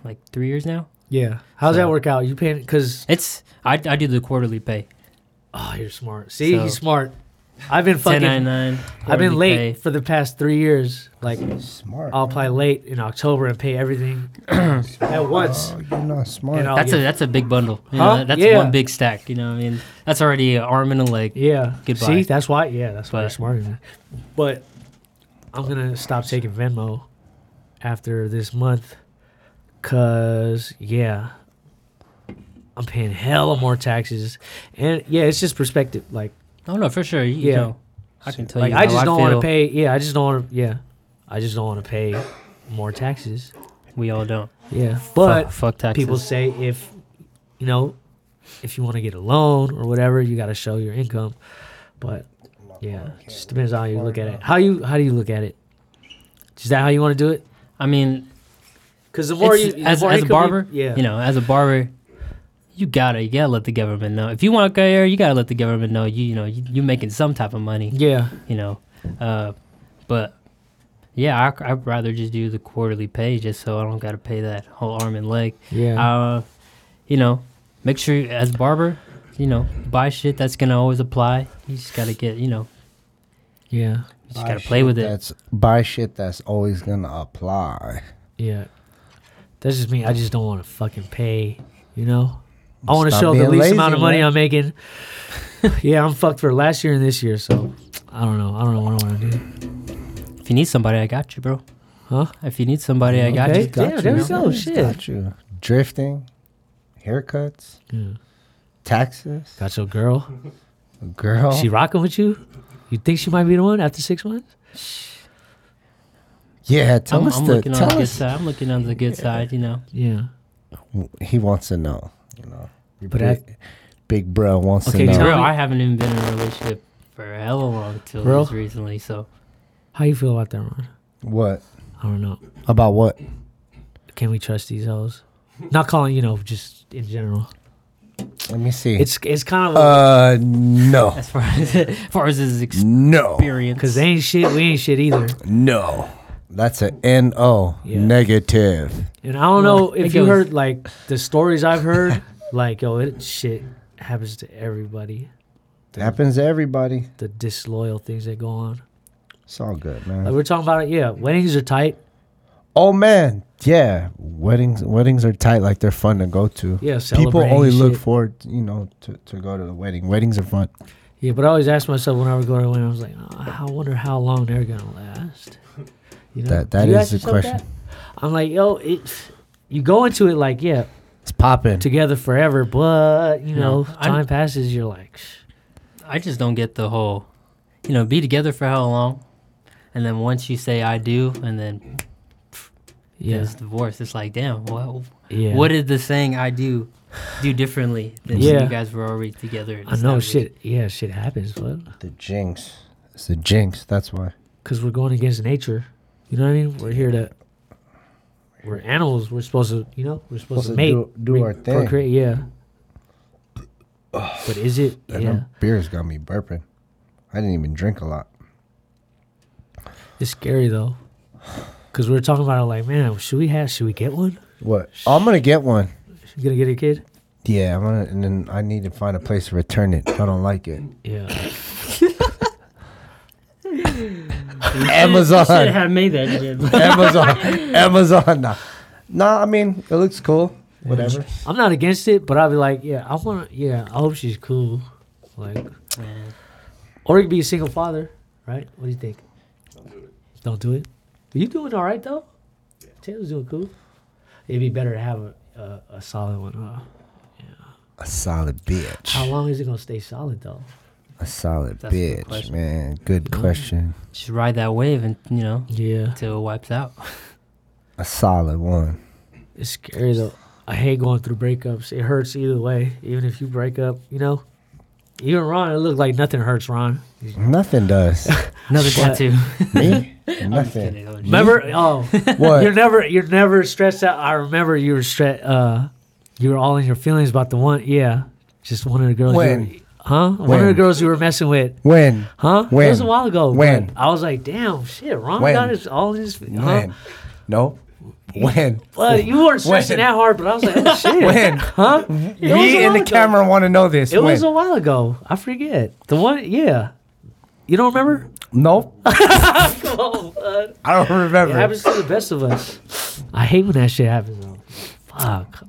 Speaker 3: like three years now.
Speaker 1: Yeah. How's
Speaker 3: So-
Speaker 1: that work out? You paying? Because
Speaker 3: It's I, I do the quarterly pay,
Speaker 1: oh, you're smart. See,
Speaker 3: So-
Speaker 1: he's smart. I've been
Speaker 3: ten ninety
Speaker 1: fucking.
Speaker 3: nine.
Speaker 1: I've been late for the past three years. Like
Speaker 2: Smart.
Speaker 1: I'll apply late in October and pay everything at once.
Speaker 2: Oh, you're not smart.
Speaker 1: And I'll
Speaker 3: That's
Speaker 1: get-
Speaker 3: a that's a big bundle. You
Speaker 1: Huh?
Speaker 3: know, that's
Speaker 1: Yeah.
Speaker 3: one big stack. You know, what I mean, that's already an arm and a leg.
Speaker 1: Yeah.
Speaker 3: Goodbye.
Speaker 1: See, that's why. Yeah, that's why
Speaker 3: But-
Speaker 1: you're smarter than me. But I'm gonna stop taking Venmo after this month, cause yeah, I'm paying hella more taxes, and yeah, it's just perspective. Like,
Speaker 3: Oh no, for sure. You,
Speaker 1: Yeah.
Speaker 3: you know, I can tell
Speaker 1: like
Speaker 3: you.
Speaker 1: I
Speaker 3: how
Speaker 1: just don't want
Speaker 3: feel.
Speaker 1: to pay. Yeah, I just don't want to. Yeah, I just don't want to pay more taxes.
Speaker 3: We all don't.
Speaker 1: Yeah, but
Speaker 3: fuck, fuck taxes.
Speaker 1: people say if you know if you want to get a loan or whatever you got to show your income but yeah it just depends on how you look at it how you how do you look at it is that how you want to do it
Speaker 3: I mean,
Speaker 1: Because the more
Speaker 3: It's-
Speaker 1: you, the
Speaker 3: as,
Speaker 1: more
Speaker 3: as
Speaker 1: he
Speaker 3: a
Speaker 1: could be-
Speaker 3: barber,
Speaker 1: yeah,
Speaker 3: you know, as a barber, you gotta you gotta let the government know. If you want to go there, you gotta let the government know. You you know you, you're making some type of money.
Speaker 1: yeah,
Speaker 3: You know, uh, but yeah, I, I'd rather just do the quarterly pay just so I don't gotta pay that whole arm and leg.
Speaker 1: yeah.
Speaker 2: Um,
Speaker 3: Uh, you know, make sure you- as barber, you know, buy shit that's gonna always apply. You just gotta get you know,
Speaker 1: Yeah,
Speaker 3: you just gotta play with it.
Speaker 2: That's buy shit that's always gonna apply.
Speaker 1: yeah. That's just me. I just don't want to fucking pay. You know, I want to
Speaker 2: Stop
Speaker 1: show the
Speaker 2: being
Speaker 1: least
Speaker 2: lazy,
Speaker 1: amount of money
Speaker 2: man.
Speaker 1: I'm making. yeah, I'm fucked for last year and this year, so I don't know. I don't know what I want to do.
Speaker 3: If you need somebody, I got you, bro.
Speaker 1: Huh?
Speaker 3: If you need somebody, I got
Speaker 1: Okay.
Speaker 3: you.
Speaker 1: Damn, there we go, shit.
Speaker 2: Got you. Drifting, haircuts,
Speaker 1: Yeah.
Speaker 2: taxes,
Speaker 1: Got your girl.
Speaker 2: girl.
Speaker 1: She rocking with you. You think she might be the one after six months?
Speaker 2: yeah, tell
Speaker 3: I'm,
Speaker 2: us
Speaker 3: I'm
Speaker 2: the.
Speaker 3: looking on the
Speaker 2: Tell
Speaker 3: good
Speaker 1: uh,
Speaker 2: us.
Speaker 3: side. I'm looking on the good side, you know.
Speaker 1: Yeah.
Speaker 2: He wants to know. You know. Your
Speaker 1: But
Speaker 2: big, big bro wants
Speaker 1: Okay,
Speaker 2: to
Speaker 1: tell-
Speaker 2: know.
Speaker 3: Bro,
Speaker 1: me-
Speaker 3: I haven't even been in a relationship for hella long until
Speaker 1: Bro?
Speaker 3: just recently. So
Speaker 1: How you feel about that, Ron?
Speaker 2: What
Speaker 1: I don't know.
Speaker 2: about what?
Speaker 1: Can we trust these hoes? Not calling, you know, just in general.
Speaker 2: Let me see.
Speaker 1: It's it's kind of
Speaker 2: uh no,
Speaker 3: as far as as far as his
Speaker 2: no,
Speaker 3: experience,
Speaker 1: because they ain't shit. We ain't shit either.
Speaker 2: no. That's a N O
Speaker 1: Yeah.
Speaker 2: negative.
Speaker 1: And I don't know if
Speaker 3: it
Speaker 1: you
Speaker 3: goes-
Speaker 1: heard like the stories I've heard. like yo, it shit happens to everybody.
Speaker 2: happens to everybody.
Speaker 1: The disloyal things that go on.
Speaker 2: It's all good,
Speaker 1: Like
Speaker 2: man.
Speaker 1: we're talking about it. Yeah, weddings are tight.
Speaker 2: Oh man, yeah. Weddings weddings are tight, like they're fun to go to.
Speaker 1: Yeah,
Speaker 2: People
Speaker 1: celebrating
Speaker 2: only look
Speaker 1: shit.
Speaker 2: forward, you know, to, to go to the wedding. Weddings are fun.
Speaker 1: Yeah, but I always ask myself when I would go to a wedding, I was like, oh, I wonder how long they're gonna last. You know,
Speaker 2: That-
Speaker 1: Do
Speaker 2: that
Speaker 1: you
Speaker 2: is
Speaker 1: ask
Speaker 2: the
Speaker 1: yourself
Speaker 2: question.
Speaker 1: that? I'm like, yo, it. You go into it like, yeah,
Speaker 2: It's popping.
Speaker 1: together forever, but you know,
Speaker 3: No, I'm-
Speaker 1: time passes. You're like, "Shh."
Speaker 3: I just don't get the whole, you know, be together for how long, and then once you say I do, and then
Speaker 1: yeah,
Speaker 3: it's divorce. It's like, damn, well,
Speaker 1: yeah.
Speaker 3: what did the saying I do do differently than when
Speaker 1: Yeah.
Speaker 3: you guys were already together? and
Speaker 1: I know
Speaker 3: established?
Speaker 1: shit. Yeah, shit happens, but
Speaker 2: The jinx. It's the jinx, that's why.
Speaker 1: because we're going against nature. You know what I mean? We're here to. We're animals. We're supposed to, you know, we're supposed, to
Speaker 2: Supposed
Speaker 1: mate,
Speaker 2: to do- do
Speaker 1: re-
Speaker 2: our thing.
Speaker 1: procreate. Yeah. But is it?
Speaker 2: That
Speaker 1: yeah,
Speaker 2: beer's got me burping. I didn't even drink a lot.
Speaker 1: it's scary though, because we were talking about it. Like, man, should we have? Should we get one?
Speaker 2: What? Oh, I'm gonna get one.
Speaker 1: Should we gonna get a kid?
Speaker 2: Yeah, I'm gonna and then I need to find a place to return it if I don't like it.
Speaker 1: Yeah.
Speaker 2: Amazon.
Speaker 3: Should have made that shit.
Speaker 2: Amazon. Amazon. Nah. nah, I mean, it looks cool. Whatever.
Speaker 1: I'm not against it, but I'll be like, yeah, I want to, yeah, I hope she's cool. Like, or you could be a single father, right? What do you think? Don't do it. You doing all right though? Taylor's doing cool. It'd be better to have a, a, a solid one. huh?
Speaker 2: A solid bitch.
Speaker 1: How long is it gonna stay solid though?
Speaker 2: A solid
Speaker 3: That's a good
Speaker 2: bitch,
Speaker 3: question.
Speaker 2: man. Good question.
Speaker 3: Just ride that wave, and you know,
Speaker 1: Yeah,
Speaker 3: until it wipes out.
Speaker 2: A solid one.
Speaker 1: it's scary though. I hate going through breakups. It hurts either way. Even if you break up, you know. Even Ron, it looked like nothing hurts Ron.
Speaker 2: Nothing does.
Speaker 3: Another
Speaker 1: But-
Speaker 3: tattoo.
Speaker 2: Me?
Speaker 3: Kidding,
Speaker 2: Nothing.
Speaker 3: I'm just-
Speaker 1: Remember? Oh, You're
Speaker 2: What?
Speaker 1: never you're never stressed out. I remember you were stressed. Uh, you were all in your feelings about the one. Yeah, just one of the girls. you
Speaker 2: When?
Speaker 1: were- huh? One of the
Speaker 2: When?
Speaker 1: girls you were messing with.
Speaker 2: When?
Speaker 1: Huh? It was a
Speaker 2: When?
Speaker 1: while ago.
Speaker 2: When?
Speaker 1: but I was like, damn, shit, Ron
Speaker 2: When?
Speaker 1: got his all his. Huh?
Speaker 2: When? No. When?
Speaker 1: Well, you weren't stressing
Speaker 2: When?
Speaker 1: that hard, but I was like, oh, shit.
Speaker 2: When?
Speaker 1: Huh? It was a
Speaker 2: Me and
Speaker 1: while
Speaker 2: the
Speaker 1: ago.
Speaker 2: camera want to know this.
Speaker 1: It was a
Speaker 2: When?
Speaker 1: while ago. I forget the one. Yeah, you don't remember?
Speaker 2: Nope.
Speaker 1: Come on, bud.
Speaker 2: I don't
Speaker 1: It
Speaker 2: remember.
Speaker 1: happens to the best of us. I hate when that shit happens though. Fuck.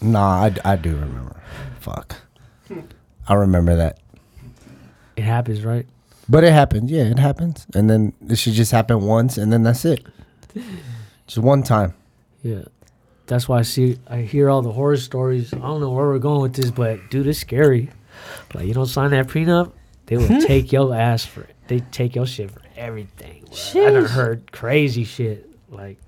Speaker 2: Nah, I, d- I do remember. Fuck. I remember that.
Speaker 1: It happens, right?
Speaker 2: But it happens. Yeah, it happens. And then it should just happen once, and then that's it. Just one time.
Speaker 1: Yeah. That's why I see I hear all the horror stories. I don't know where we're going with this, but dude, it's scary. Like you don't sign that prenup, they will take your ass for it. They take your shit for everything. bro. I done heard crazy shit. Like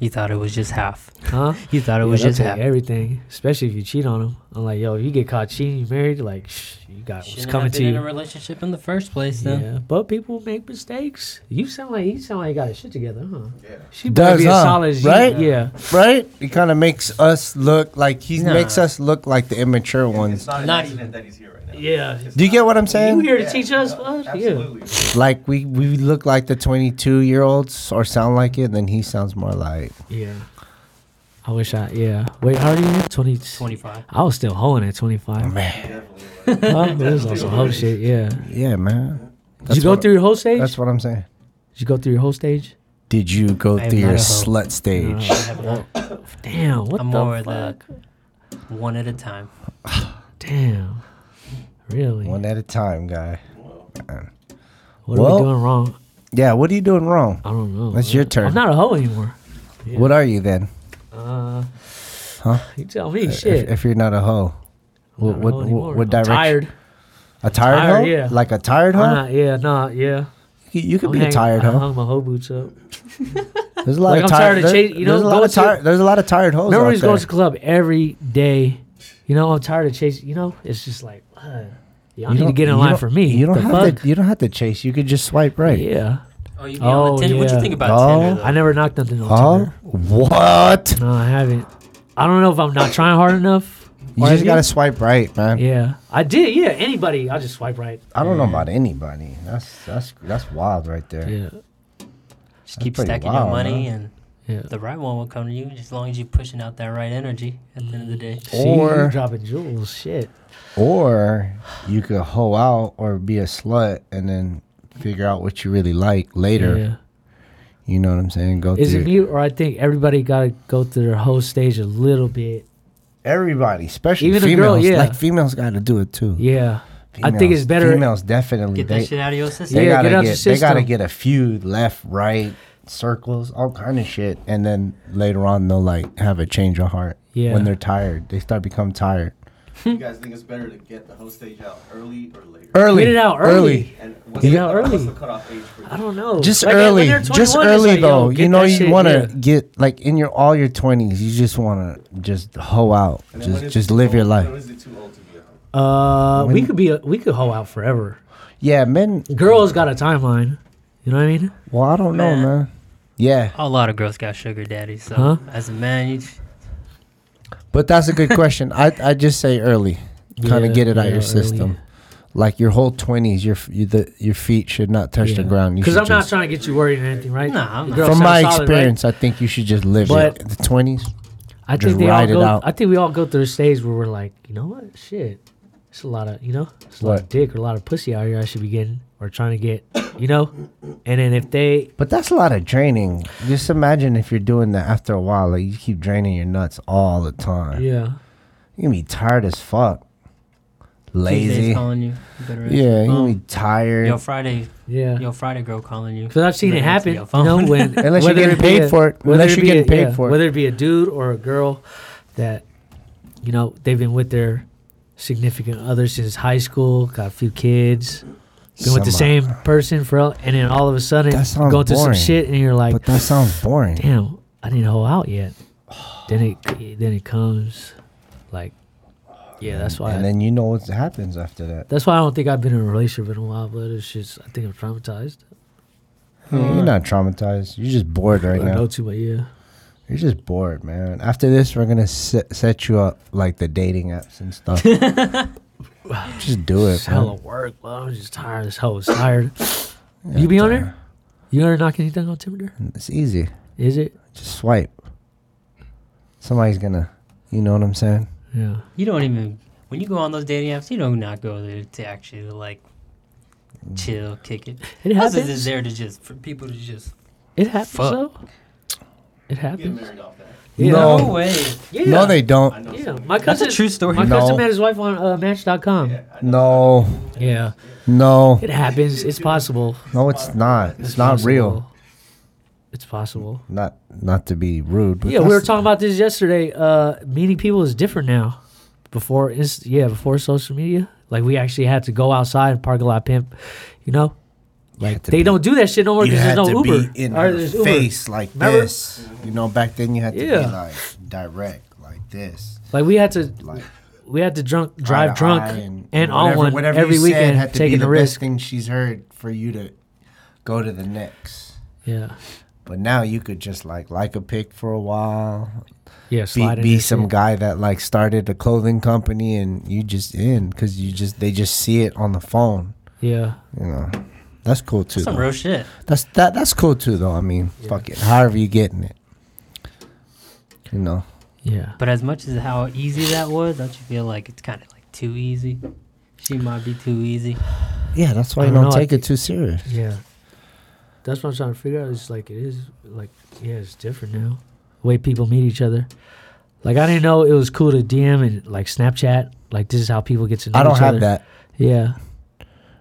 Speaker 3: He thought it was just half.
Speaker 1: huh?
Speaker 3: He thought it
Speaker 1: Yeah,
Speaker 3: was
Speaker 1: they'll
Speaker 3: just
Speaker 1: take
Speaker 3: half.
Speaker 1: everything, especially if you cheat on them. I'm like, yo, if you get caught cheating, you married, like, shh, you got what's
Speaker 3: Shouldn't
Speaker 1: coming
Speaker 3: have
Speaker 1: to
Speaker 3: been in a
Speaker 1: you.
Speaker 3: relationship in the first place, though.
Speaker 1: Yeah, but people make mistakes. You sound like you sound like you got his shit together, huh?
Speaker 4: Yeah.
Speaker 1: She better
Speaker 2: Does,
Speaker 1: be a
Speaker 2: huh?
Speaker 1: solid G,
Speaker 2: Right?
Speaker 1: Yeah.
Speaker 2: right? He kind of makes us look like he
Speaker 3: Nah.
Speaker 2: makes us look like the immature
Speaker 4: It's
Speaker 2: ones.
Speaker 4: not an
Speaker 3: Not
Speaker 4: accident
Speaker 3: even-
Speaker 4: that he's here right now.
Speaker 1: Yeah.
Speaker 4: It's
Speaker 2: Do you
Speaker 4: not.
Speaker 2: get what I'm
Speaker 1: You
Speaker 2: saying?
Speaker 1: here to
Speaker 4: Yeah,
Speaker 1: teach us?
Speaker 4: no,
Speaker 1: What? Yeah.
Speaker 4: Absolutely.
Speaker 2: Like we we look like the 22 year olds or sound like it, then he sounds more like
Speaker 1: Yeah. I wish I. Yeah. Wait, how old are you? Twenty.
Speaker 3: 25.
Speaker 1: I was still hoeing at twenty five.
Speaker 2: man.
Speaker 4: Definitely.
Speaker 1: Huh? But It was on some hoe shit. Yeah.
Speaker 2: Yeah, man.
Speaker 1: Did you go
Speaker 2: what-
Speaker 1: through your whole stage?
Speaker 2: That's what I'm saying.
Speaker 1: Did you go through your whole stage?
Speaker 2: Did you go
Speaker 3: I am
Speaker 2: through your
Speaker 3: not a hoe.
Speaker 2: slut
Speaker 1: No.
Speaker 2: stage?
Speaker 1: Oh. Damn. What
Speaker 3: I'm
Speaker 1: the
Speaker 3: more
Speaker 1: fuck?
Speaker 3: the one at a time.
Speaker 1: Damn. Really?
Speaker 2: One at a time, guy.
Speaker 1: what are
Speaker 2: Well-
Speaker 1: we doing wrong?
Speaker 2: Yeah, what are you doing wrong?
Speaker 1: I don't know.
Speaker 2: That's your
Speaker 1: man.
Speaker 2: turn.
Speaker 1: I'm not a hoe anymore. Yeah.
Speaker 2: What are you then?
Speaker 1: Uh,
Speaker 2: Huh? Uh,
Speaker 1: You tell me
Speaker 2: If,
Speaker 1: shit.
Speaker 2: if you're not a hoe,
Speaker 1: I'm
Speaker 2: what
Speaker 1: not a
Speaker 2: what
Speaker 1: hoe
Speaker 2: what,
Speaker 1: anymore.
Speaker 2: what
Speaker 1: I'm
Speaker 2: direction?
Speaker 1: Tired.
Speaker 2: A tired,
Speaker 1: Tired,
Speaker 2: hoe?
Speaker 1: yeah. Uh-huh.
Speaker 2: Like a tired hoe?
Speaker 1: I'm not- yeah. Nah. Yeah.
Speaker 2: You- You could
Speaker 1: I'm
Speaker 2: be a
Speaker 1: hanging-
Speaker 2: tired
Speaker 1: I
Speaker 2: hoe.
Speaker 1: hung my hoe boots up.
Speaker 2: There's a
Speaker 1: Uh-huh.
Speaker 2: lot
Speaker 1: Like,
Speaker 2: of
Speaker 1: I'm
Speaker 2: tired.
Speaker 1: tired of
Speaker 2: there-
Speaker 1: chasing- you
Speaker 2: there's
Speaker 1: know,
Speaker 2: a lot
Speaker 1: going
Speaker 2: of
Speaker 1: to-
Speaker 2: tired. There's a lot of tired hoes out
Speaker 1: Memories
Speaker 2: there.
Speaker 1: goes to club every day. You know, I'm tired of chasing. You know, it's just like, uh, y'all need to
Speaker 2: don't-
Speaker 1: get in
Speaker 2: you
Speaker 1: line
Speaker 2: don't-
Speaker 1: for me.
Speaker 2: You don't
Speaker 1: The
Speaker 2: have
Speaker 1: fuck?
Speaker 2: to. You don't have to chase. You could just swipe right.
Speaker 1: Yeah.
Speaker 3: Oh, you be
Speaker 1: on
Speaker 3: on
Speaker 1: the
Speaker 3: the
Speaker 1: Tin-
Speaker 3: What you think about
Speaker 2: Oh,
Speaker 3: Tinder?
Speaker 2: Tinder,
Speaker 3: Though?
Speaker 1: I never knocked nothing on
Speaker 2: Huh?
Speaker 1: Tinder.
Speaker 2: Uh-huh. What?
Speaker 1: No, I haven't. I don't know if I'm not trying hard enough.
Speaker 2: You
Speaker 1: Or
Speaker 2: just
Speaker 1: have
Speaker 2: gotta swipe right, man.
Speaker 1: Yeah, I did. Yeah, anybody, I just swipe right.
Speaker 2: I don't know about anybody. That's that's that's wild right there.
Speaker 1: Yeah,
Speaker 3: Just keep
Speaker 2: pretty
Speaker 3: stacking
Speaker 2: wild,
Speaker 3: your money,
Speaker 2: huh?
Speaker 3: and
Speaker 1: yeah.
Speaker 3: the right one will come to you, just as long as you're pushing out that right energy. At the end of the day,
Speaker 1: See,
Speaker 2: Or-
Speaker 1: you dropping jewels, shit.
Speaker 2: Or you could hoe out or be a slut and then figure out what you really like later.
Speaker 1: Yeah.
Speaker 2: You know what I'm saying? Go
Speaker 1: Is
Speaker 2: through
Speaker 1: it me or I think everybody got to go through their whole stage a little bit?
Speaker 2: everybody, especially
Speaker 1: Even a girl,
Speaker 2: females.
Speaker 1: yeah.
Speaker 2: Like females got to do it too.
Speaker 1: Yeah, I think
Speaker 2: Females-
Speaker 1: it's better-
Speaker 2: Females definitely
Speaker 3: get
Speaker 2: they-
Speaker 3: that shit out of your system.
Speaker 2: They
Speaker 1: Yeah,
Speaker 2: gotta
Speaker 1: get out
Speaker 2: get,
Speaker 1: the
Speaker 2: they gotta
Speaker 1: system.
Speaker 2: get a few left, right, circles, all kind of shit, and then later on they'll like have a change of heart.
Speaker 1: Yeah.
Speaker 2: When they're tired, they start become tired
Speaker 4: You guys think it's better to get the whole stage out early or later?
Speaker 2: early.
Speaker 1: Get it out early.
Speaker 4: And what's,
Speaker 1: You
Speaker 4: the,
Speaker 1: got early.
Speaker 4: what's the cutoff age for you?
Speaker 1: I don't know.
Speaker 2: Just
Speaker 1: Like, when
Speaker 2: early,
Speaker 1: they're
Speaker 2: just
Speaker 1: 21, it's
Speaker 2: early
Speaker 1: like, yo,
Speaker 2: though.
Speaker 1: get
Speaker 2: you know,
Speaker 1: that
Speaker 2: you
Speaker 1: shit,
Speaker 2: want to
Speaker 1: yeah.
Speaker 2: get like in your all your twenties. You just want to just hoe out,
Speaker 4: And then when
Speaker 2: just
Speaker 4: is
Speaker 2: just
Speaker 4: it
Speaker 2: live
Speaker 4: too
Speaker 2: your
Speaker 4: old-
Speaker 2: life.
Speaker 4: When is it too old to be a hoe?
Speaker 1: Uh, we
Speaker 2: When-
Speaker 1: could be a, we could hoe out forever.
Speaker 2: Yeah, men.
Speaker 1: Girls got a timeline. You know what I mean?
Speaker 2: Well, I don't know,
Speaker 3: Man.
Speaker 2: man. Yeah,
Speaker 3: A lot of girls got sugar daddies. So
Speaker 1: Huh?
Speaker 3: as a man, you just
Speaker 2: but that's a good question. I I just say early, kind
Speaker 1: Yeah,
Speaker 2: of get it out
Speaker 1: yeah,
Speaker 2: your system.
Speaker 1: early.
Speaker 2: Like your whole twenties, your f- you, the, your feet should not touch the ground. You
Speaker 1: Because
Speaker 2: should
Speaker 1: I'm not
Speaker 2: just-
Speaker 1: trying to get you worried or anything, right?
Speaker 3: Nah, I'm
Speaker 1: The
Speaker 3: not.
Speaker 1: girl
Speaker 2: From
Speaker 1: sounds
Speaker 2: my
Speaker 1: solid, right?
Speaker 2: experience, I think you should just live
Speaker 1: But-
Speaker 2: it. The twenties.
Speaker 1: I
Speaker 2: just
Speaker 1: think they all
Speaker 2: ride it
Speaker 1: go.
Speaker 2: out.
Speaker 1: I think we all go through a stage where we're like, you know what, shit, it's a lot of, you know, it's a lot of
Speaker 2: What?
Speaker 1: dick or a lot of pussy out here. I should be getting or trying to get, you know. And then if they,
Speaker 2: But that's a lot of draining. Just imagine if you're doing that after a while, like you keep draining your nuts all the time.
Speaker 1: yeah,
Speaker 2: You're gonna be tired as fuck.
Speaker 3: Tuesday's
Speaker 2: Lazy.
Speaker 3: calling you. you better rest.
Speaker 2: Yeah, you're gonna be
Speaker 3: Um,
Speaker 2: tired.
Speaker 3: Your Friday,
Speaker 1: yeah,
Speaker 3: your Friday girl calling you.
Speaker 1: because I've seen it
Speaker 3: Better answer
Speaker 1: happen.
Speaker 3: your
Speaker 1: You know,
Speaker 3: phone.
Speaker 1: when
Speaker 2: Unless you're
Speaker 1: whether
Speaker 2: getting
Speaker 1: it be
Speaker 2: paid
Speaker 1: a-
Speaker 2: for it.
Speaker 1: whether
Speaker 2: Unless
Speaker 1: it
Speaker 2: you're
Speaker 1: be a-
Speaker 2: getting paid
Speaker 1: yeah,
Speaker 2: for it.
Speaker 1: whether it be a dude or a girl that, you know, they've been with their significant other since high school, got a few kids. Been with the
Speaker 2: Somebody.
Speaker 1: same person for, el- and then all of a sudden,
Speaker 2: uh, That sounds
Speaker 1: go through some
Speaker 2: boring.
Speaker 1: shit, and you're like,
Speaker 2: But that sounds boring.
Speaker 1: damn, I didn't hoe out yet. Then it then it comes, like, yeah, that's why.
Speaker 2: And then you know what happens after that.
Speaker 1: that's why I don't think I've been in a relationship in a while, but it's just I think I'm traumatized.
Speaker 2: You're not traumatized. You're just bored right
Speaker 1: Mm. I
Speaker 2: now.
Speaker 1: know too, but yeah,
Speaker 2: You're just bored, man. After this, we're gonna set, set you up like the dating apps and stuff. just do
Speaker 1: it's
Speaker 2: it,
Speaker 1: hella
Speaker 2: man.
Speaker 1: work, bro. I'm just tired. This hoe is tired. you be on there? You ever knock anything on Tinder?
Speaker 2: It's easy.
Speaker 1: Is it?
Speaker 2: Just swipe. Somebody's gonna, you know what I'm saying?
Speaker 1: Yeah.
Speaker 3: You don't even when you go on those dating apps, you don't not go there to actually like chill, kick it.
Speaker 1: It
Speaker 3: This is
Speaker 1: happens.
Speaker 3: just there to just for people to just.
Speaker 1: It happens
Speaker 3: Fuck.
Speaker 1: though. It
Speaker 4: Get
Speaker 1: happens.
Speaker 4: married off that.
Speaker 1: Yeah.
Speaker 2: No.
Speaker 3: No way.
Speaker 1: Yeah.
Speaker 2: No, they
Speaker 4: I
Speaker 2: don't.
Speaker 4: know.
Speaker 1: Yeah,
Speaker 4: someone
Speaker 1: my
Speaker 4: who-
Speaker 3: That's
Speaker 1: cousin.
Speaker 3: a true story.
Speaker 1: My cousin
Speaker 2: No.
Speaker 1: met his wife on uh, Match.com.
Speaker 4: Yeah, I know.
Speaker 2: No,
Speaker 1: yeah.
Speaker 2: no,
Speaker 1: It happens. It's possible.
Speaker 2: no. It's not. It's not real.
Speaker 1: possible. It's possible.
Speaker 2: Not, not to be rude. But
Speaker 1: yeah, we
Speaker 2: that's-
Speaker 1: were talking about this yesterday. Uh, meeting people is different now. Before, inst- yeah, before social media, like we actually had to go outside and park a lot pimp. You know, Like
Speaker 2: to
Speaker 1: they
Speaker 2: be-
Speaker 1: don't do that shit no more
Speaker 2: you
Speaker 1: because there's
Speaker 2: had
Speaker 1: no
Speaker 2: to
Speaker 1: Uber.
Speaker 2: be in
Speaker 1: Or
Speaker 2: her
Speaker 1: there's Uber.
Speaker 2: face like
Speaker 1: Remember?
Speaker 2: this. You know, back then you had to be
Speaker 1: Yeah.
Speaker 2: like direct, like this,
Speaker 1: Like we had to
Speaker 2: like
Speaker 1: we had to drunk
Speaker 2: eye
Speaker 1: drive
Speaker 2: to
Speaker 1: drunk
Speaker 2: eye
Speaker 1: and,
Speaker 2: whatever-
Speaker 1: on one
Speaker 2: whatever
Speaker 1: every
Speaker 2: you said
Speaker 1: weekend,
Speaker 2: had to
Speaker 1: taking
Speaker 2: be
Speaker 1: the
Speaker 2: the
Speaker 1: risk.
Speaker 2: best thing she's heard for you to go to the next.
Speaker 1: Yeah,
Speaker 2: But now you could just like like a pic for a while,
Speaker 1: yeah.
Speaker 2: be,
Speaker 1: slide in
Speaker 2: be
Speaker 1: and
Speaker 2: some
Speaker 1: shit.
Speaker 2: guy that like started a clothing company and you just in because you just they just see it on the phone.
Speaker 1: Yeah,
Speaker 2: You know, that's cool too.
Speaker 3: Some
Speaker 2: though.
Speaker 3: real shit.
Speaker 2: That's that. That's cool too, though. I mean, fuck it. However you getting it, you know.
Speaker 1: yeah.
Speaker 3: But as much as how easy that was, don't you feel like it's kind of like too easy? She might be too easy.
Speaker 2: Yeah, that's why
Speaker 1: I
Speaker 2: you
Speaker 1: don't
Speaker 2: don't
Speaker 1: know, I
Speaker 2: take it too serious.
Speaker 1: Yeah. That's what I'm trying to figure out. It's like it is like yeah, it's different now. The way people meet each other. Like I didn't know it was cool to DM and like Snapchat. Like this is how people get to know
Speaker 2: I don't
Speaker 1: each
Speaker 2: have
Speaker 1: other.
Speaker 2: that.
Speaker 1: Yeah.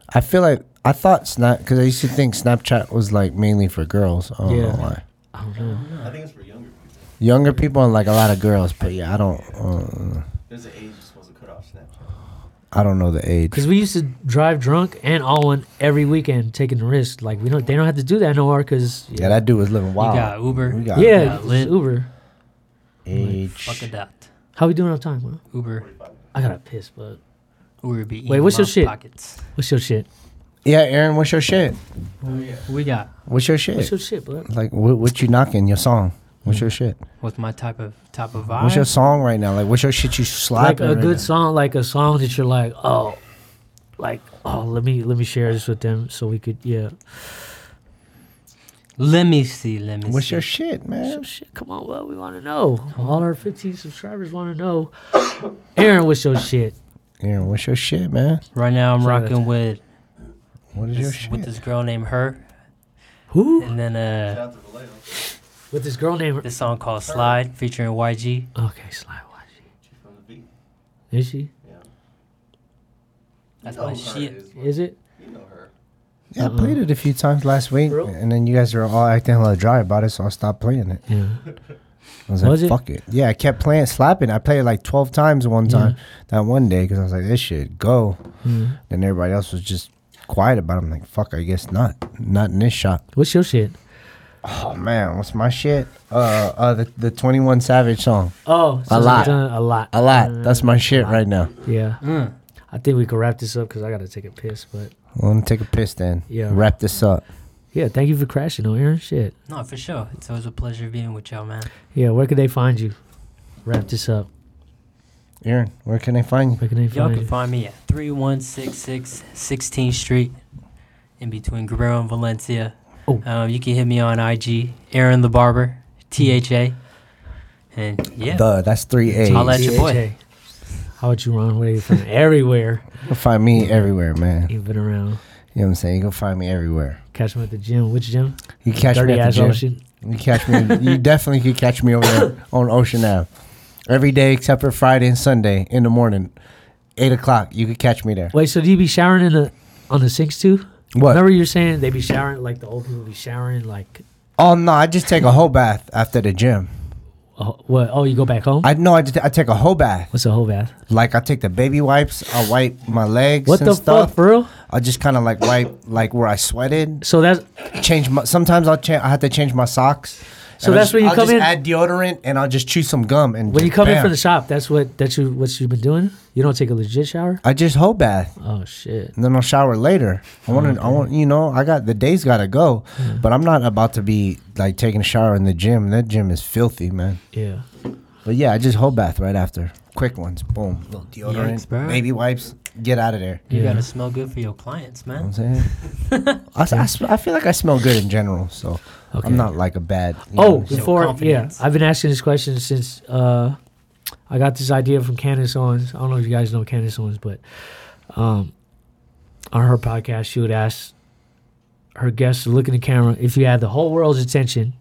Speaker 2: I feel like I thought Snap because I used to think Snapchat was like mainly for girls. I don't
Speaker 1: Yeah.
Speaker 2: know why.
Speaker 1: I don't know.
Speaker 4: I think it's for younger people.
Speaker 2: Younger people and like a lot of girls, but yeah, I don't. Uh,
Speaker 4: There's an age you're supposed to cut off Snapchat.
Speaker 2: I don't know the age.
Speaker 1: Cause we used to drive drunk and all one every weekend, taking the risk. Like we don't, they don't have to do that no more. Cause
Speaker 2: Yeah, that dude was living
Speaker 3: You
Speaker 2: wild.
Speaker 3: got Uber.
Speaker 2: We got
Speaker 1: yeah,
Speaker 3: Yeah,
Speaker 1: it's
Speaker 3: lit.
Speaker 1: Uber.
Speaker 3: Fuck a
Speaker 2: age.
Speaker 3: dot.
Speaker 1: How we doing on time? Bro?
Speaker 3: Uber.
Speaker 1: I gotta piss, but
Speaker 3: Uber be
Speaker 1: Wait,
Speaker 3: eating
Speaker 1: what's your
Speaker 3: my
Speaker 1: shit?
Speaker 3: Pockets.
Speaker 1: what's your shit?
Speaker 2: Yeah, Aaron, what's your shit?
Speaker 3: We got
Speaker 2: What's your
Speaker 1: What's
Speaker 2: shit?
Speaker 1: your shit, bud?
Speaker 2: like, what, what you knocking? Your song? What's your shit?
Speaker 3: what's my type of type of vibe?
Speaker 2: What's your song right now? Like, what's your shit you
Speaker 1: Like
Speaker 2: slapping?
Speaker 1: a
Speaker 2: right
Speaker 1: good
Speaker 2: now?
Speaker 1: song, like a song that you're like, oh, like oh, let me let me share this with them so we could yeah.
Speaker 3: let me see. Let me.
Speaker 2: What's
Speaker 3: see.
Speaker 2: your shit,
Speaker 1: So
Speaker 2: man?
Speaker 1: shit, come on, well, we want to know. All our 15 subscribers want to know. Aaron, what's your shit?
Speaker 2: Aaron, what's your shit, man?
Speaker 3: right now? I'm
Speaker 1: Sorry,
Speaker 3: rocking with
Speaker 2: What is your
Speaker 3: this,
Speaker 2: shit?
Speaker 3: with this girl named Her,
Speaker 1: Who?
Speaker 3: and then
Speaker 4: Shout
Speaker 3: uh
Speaker 4: out to Vallejo.
Speaker 1: With this girl named.
Speaker 3: this song called Slide featuring YG.
Speaker 1: Okay, Sly. why is
Speaker 4: She from the beat.
Speaker 1: she- Is she?
Speaker 4: Yeah. You
Speaker 3: That's
Speaker 4: know
Speaker 3: my
Speaker 4: her
Speaker 3: shit.
Speaker 4: Is,
Speaker 1: Is it?
Speaker 4: You know her.
Speaker 2: yeah, I played it a few times last week,
Speaker 1: Bro.
Speaker 2: and then you guys were all acting hella dry about it, so I stopped playing it.
Speaker 1: Yeah.
Speaker 2: I was like,
Speaker 1: Was it?
Speaker 2: fuck it. Yeah, I kept playing, slapping. I played it like 12 times one time that one day because I was like, this shit, go.
Speaker 1: Mhm.
Speaker 2: And everybody else was just quiet about it. I'm like, fuck, I guess not. Not in this shop.
Speaker 1: What's your shit?
Speaker 2: Oh, man, what's my shit? Uh, uh the, the 21 Savage song.
Speaker 1: Oh, since we've
Speaker 2: lot.
Speaker 1: done A lot. Uh,
Speaker 2: A lot. That's
Speaker 3: Uh,
Speaker 2: my shit right now.
Speaker 1: Yeah.
Speaker 3: Mm.
Speaker 1: I think we can wrap this up because I got to take a piss. But
Speaker 2: Let me take a piss then.
Speaker 1: Yeah.
Speaker 2: Wrap this up.
Speaker 1: yeah, thank you for crashing on Aaron. Shit.
Speaker 3: No, for sure. It's always a pleasure being with y'all, man.
Speaker 1: Yeah, where could they find you? Wrap this up.
Speaker 2: Aaron, where can I find you?
Speaker 1: Where can they
Speaker 3: Y'all
Speaker 1: find
Speaker 3: can
Speaker 1: you?
Speaker 3: find me at 3166 16th Street in between Guerrero and Valencia.
Speaker 1: Oh.
Speaker 3: Um, you can hit me on IG, Aaron the Barber, T H A. And yeah,
Speaker 2: The that's three A's.
Speaker 3: Holla at your boy.
Speaker 1: THA. How about you, Ron? Where you from? Everywhere
Speaker 2: You can find me everywhere, man. You
Speaker 1: you've been around.
Speaker 2: know what I'm saying? You can find me everywhere.
Speaker 1: Catch him at the gym. Which gym?
Speaker 2: You can catch
Speaker 1: Dirty
Speaker 2: me at
Speaker 1: ass
Speaker 2: the gym.
Speaker 1: ocean.
Speaker 2: You can catch me. you definitely could catch me over there on Ocean Ave every day except for Friday and Sunday in the morning, eight o'clock. You could catch me there.
Speaker 1: Wait, so do you be showering in the on the sinks too?
Speaker 2: What?
Speaker 1: Remember you're saying they be showering like the old people be showering like
Speaker 2: Oh no, I just take a whole bath after the gym.
Speaker 1: oh, what? Oh, you go back home?
Speaker 2: I no, I just I take a whole bath.
Speaker 1: What's a whole bath?
Speaker 2: Like I take the baby wipes. I wipe my legs
Speaker 1: What
Speaker 2: and
Speaker 1: the
Speaker 2: stuff.
Speaker 1: fuck, for real?
Speaker 2: I just kind of like wipe like where I sweated.
Speaker 1: So that's
Speaker 2: change my sometimes I'll cha- I have to change my socks.
Speaker 1: So
Speaker 2: And I'll
Speaker 1: that's
Speaker 2: just-
Speaker 1: when you
Speaker 2: I'll
Speaker 1: come
Speaker 2: just
Speaker 1: in-
Speaker 2: Add deodorant and I'll just chew some gum and
Speaker 1: when you
Speaker 2: just
Speaker 1: come in
Speaker 2: bam.
Speaker 1: from the shop. That's what that's you what you've been doing. You don't take a legit shower.
Speaker 2: I just hoe bath
Speaker 1: Oh shit.
Speaker 2: and then I'll shower later. I want to I want you know I got the day's got to go,
Speaker 1: Mm-hmm.
Speaker 2: but I'm not about to be like taking a shower in the gym. That gym is filthy, man.
Speaker 1: Yeah.
Speaker 2: But yeah, I just hoe bath right after. Quick ones, boom, little deodorant,
Speaker 3: Yikes, bro.
Speaker 2: baby wipes. Get out of there.
Speaker 3: you
Speaker 1: Yeah.
Speaker 3: gotta smell good for your clients,
Speaker 2: You know
Speaker 3: man.
Speaker 2: what I'm saying. I, s- I sm- I feel like I smell good in general, so
Speaker 1: Okay.
Speaker 2: I'm not like a bad. you know
Speaker 1: Oh,
Speaker 2: what I'm saying?
Speaker 1: before yeah,
Speaker 3: confidence.
Speaker 1: I've been asking this question since uh, I got this idea from Candace Owens. I don't know if you guys know Candace Owens, but um, on her podcast, she would ask her guests to look in the camera. If you had the whole world's attention,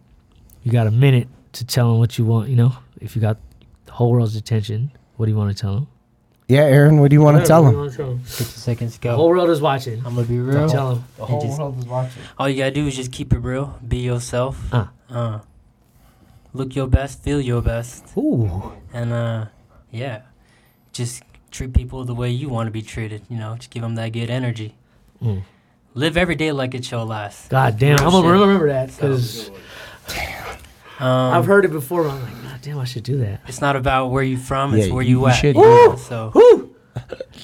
Speaker 1: you got a minute to tell them what you want. You know, if you got the whole world's attention, what do you want to tell them?
Speaker 2: yeah, Aaron, what do you want to tell them?
Speaker 3: 60 seconds
Speaker 1: The
Speaker 3: go.
Speaker 1: whole world is watching.
Speaker 3: I'm gonna be
Speaker 1: Tell
Speaker 3: real.
Speaker 1: 'em. Tell them.
Speaker 2: The
Speaker 3: And whole just-
Speaker 2: world is watching.
Speaker 3: All you gotta do is just keep it real, be yourself.
Speaker 2: Ah.
Speaker 1: Uh.
Speaker 3: Uh, look your best, feel your best.
Speaker 1: Ooh,
Speaker 3: And uh, yeah, just treat people the way you want to be treated. You know, just give them that good energy.
Speaker 1: Mm.
Speaker 3: Live every day like it's your last.
Speaker 1: God damn,
Speaker 3: Real
Speaker 1: I'm gonna
Speaker 3: shit.
Speaker 1: remember that because
Speaker 3: Um,
Speaker 1: I've heard it before. But I'm like, God damn, I should do that.
Speaker 3: It's not about where you from, it's
Speaker 2: Yeah,
Speaker 3: where
Speaker 2: you-
Speaker 3: you,
Speaker 2: you
Speaker 3: at.
Speaker 2: should
Speaker 3: you
Speaker 2: do
Speaker 3: know? So
Speaker 1: Whew.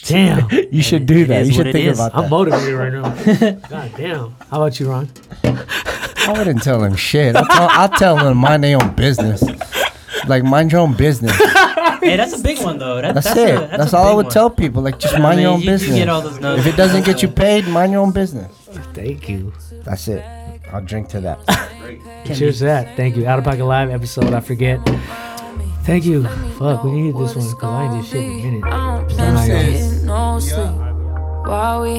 Speaker 1: Damn,
Speaker 2: You should
Speaker 3: it-
Speaker 2: do
Speaker 3: it
Speaker 2: that.
Speaker 3: is
Speaker 2: You
Speaker 3: what
Speaker 2: should
Speaker 3: it
Speaker 2: think
Speaker 3: is.
Speaker 2: about
Speaker 1: I'm
Speaker 2: that.
Speaker 1: motivated right now. God damn. How about you, Ron?
Speaker 2: I wouldn't tell him shit. I'll tell, I'll tell him mind their own business. Like mind your own business.
Speaker 3: hey, that's a big one though. That,
Speaker 2: That's,
Speaker 3: that's,
Speaker 2: it.
Speaker 3: A,
Speaker 2: that's
Speaker 3: that's, a
Speaker 2: all I
Speaker 3: big
Speaker 2: would
Speaker 3: one.
Speaker 2: tell people. Like just
Speaker 3: I
Speaker 2: mind
Speaker 3: mean,
Speaker 2: your own
Speaker 3: you- you
Speaker 2: business.
Speaker 3: get all those notes.
Speaker 2: if it doesn't get you paid, mind your own business.
Speaker 1: Thank you.
Speaker 2: That's it. I'll drink to that.
Speaker 4: Great.
Speaker 1: Cheers to that. Thank you. Out of Pocket Live episode, I forget. Thank you. Fuck, we need this one because I ain't did shit in a minute.
Speaker 5: I don't plan on getting no sleep. While we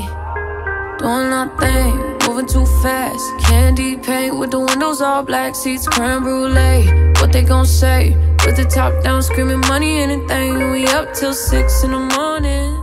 Speaker 5: doing our thing, moving too fast. Candy paint with the windows all black, seats creme brulee. What they gon' say? With the top down, screaming money, anything. We up till six in the morning.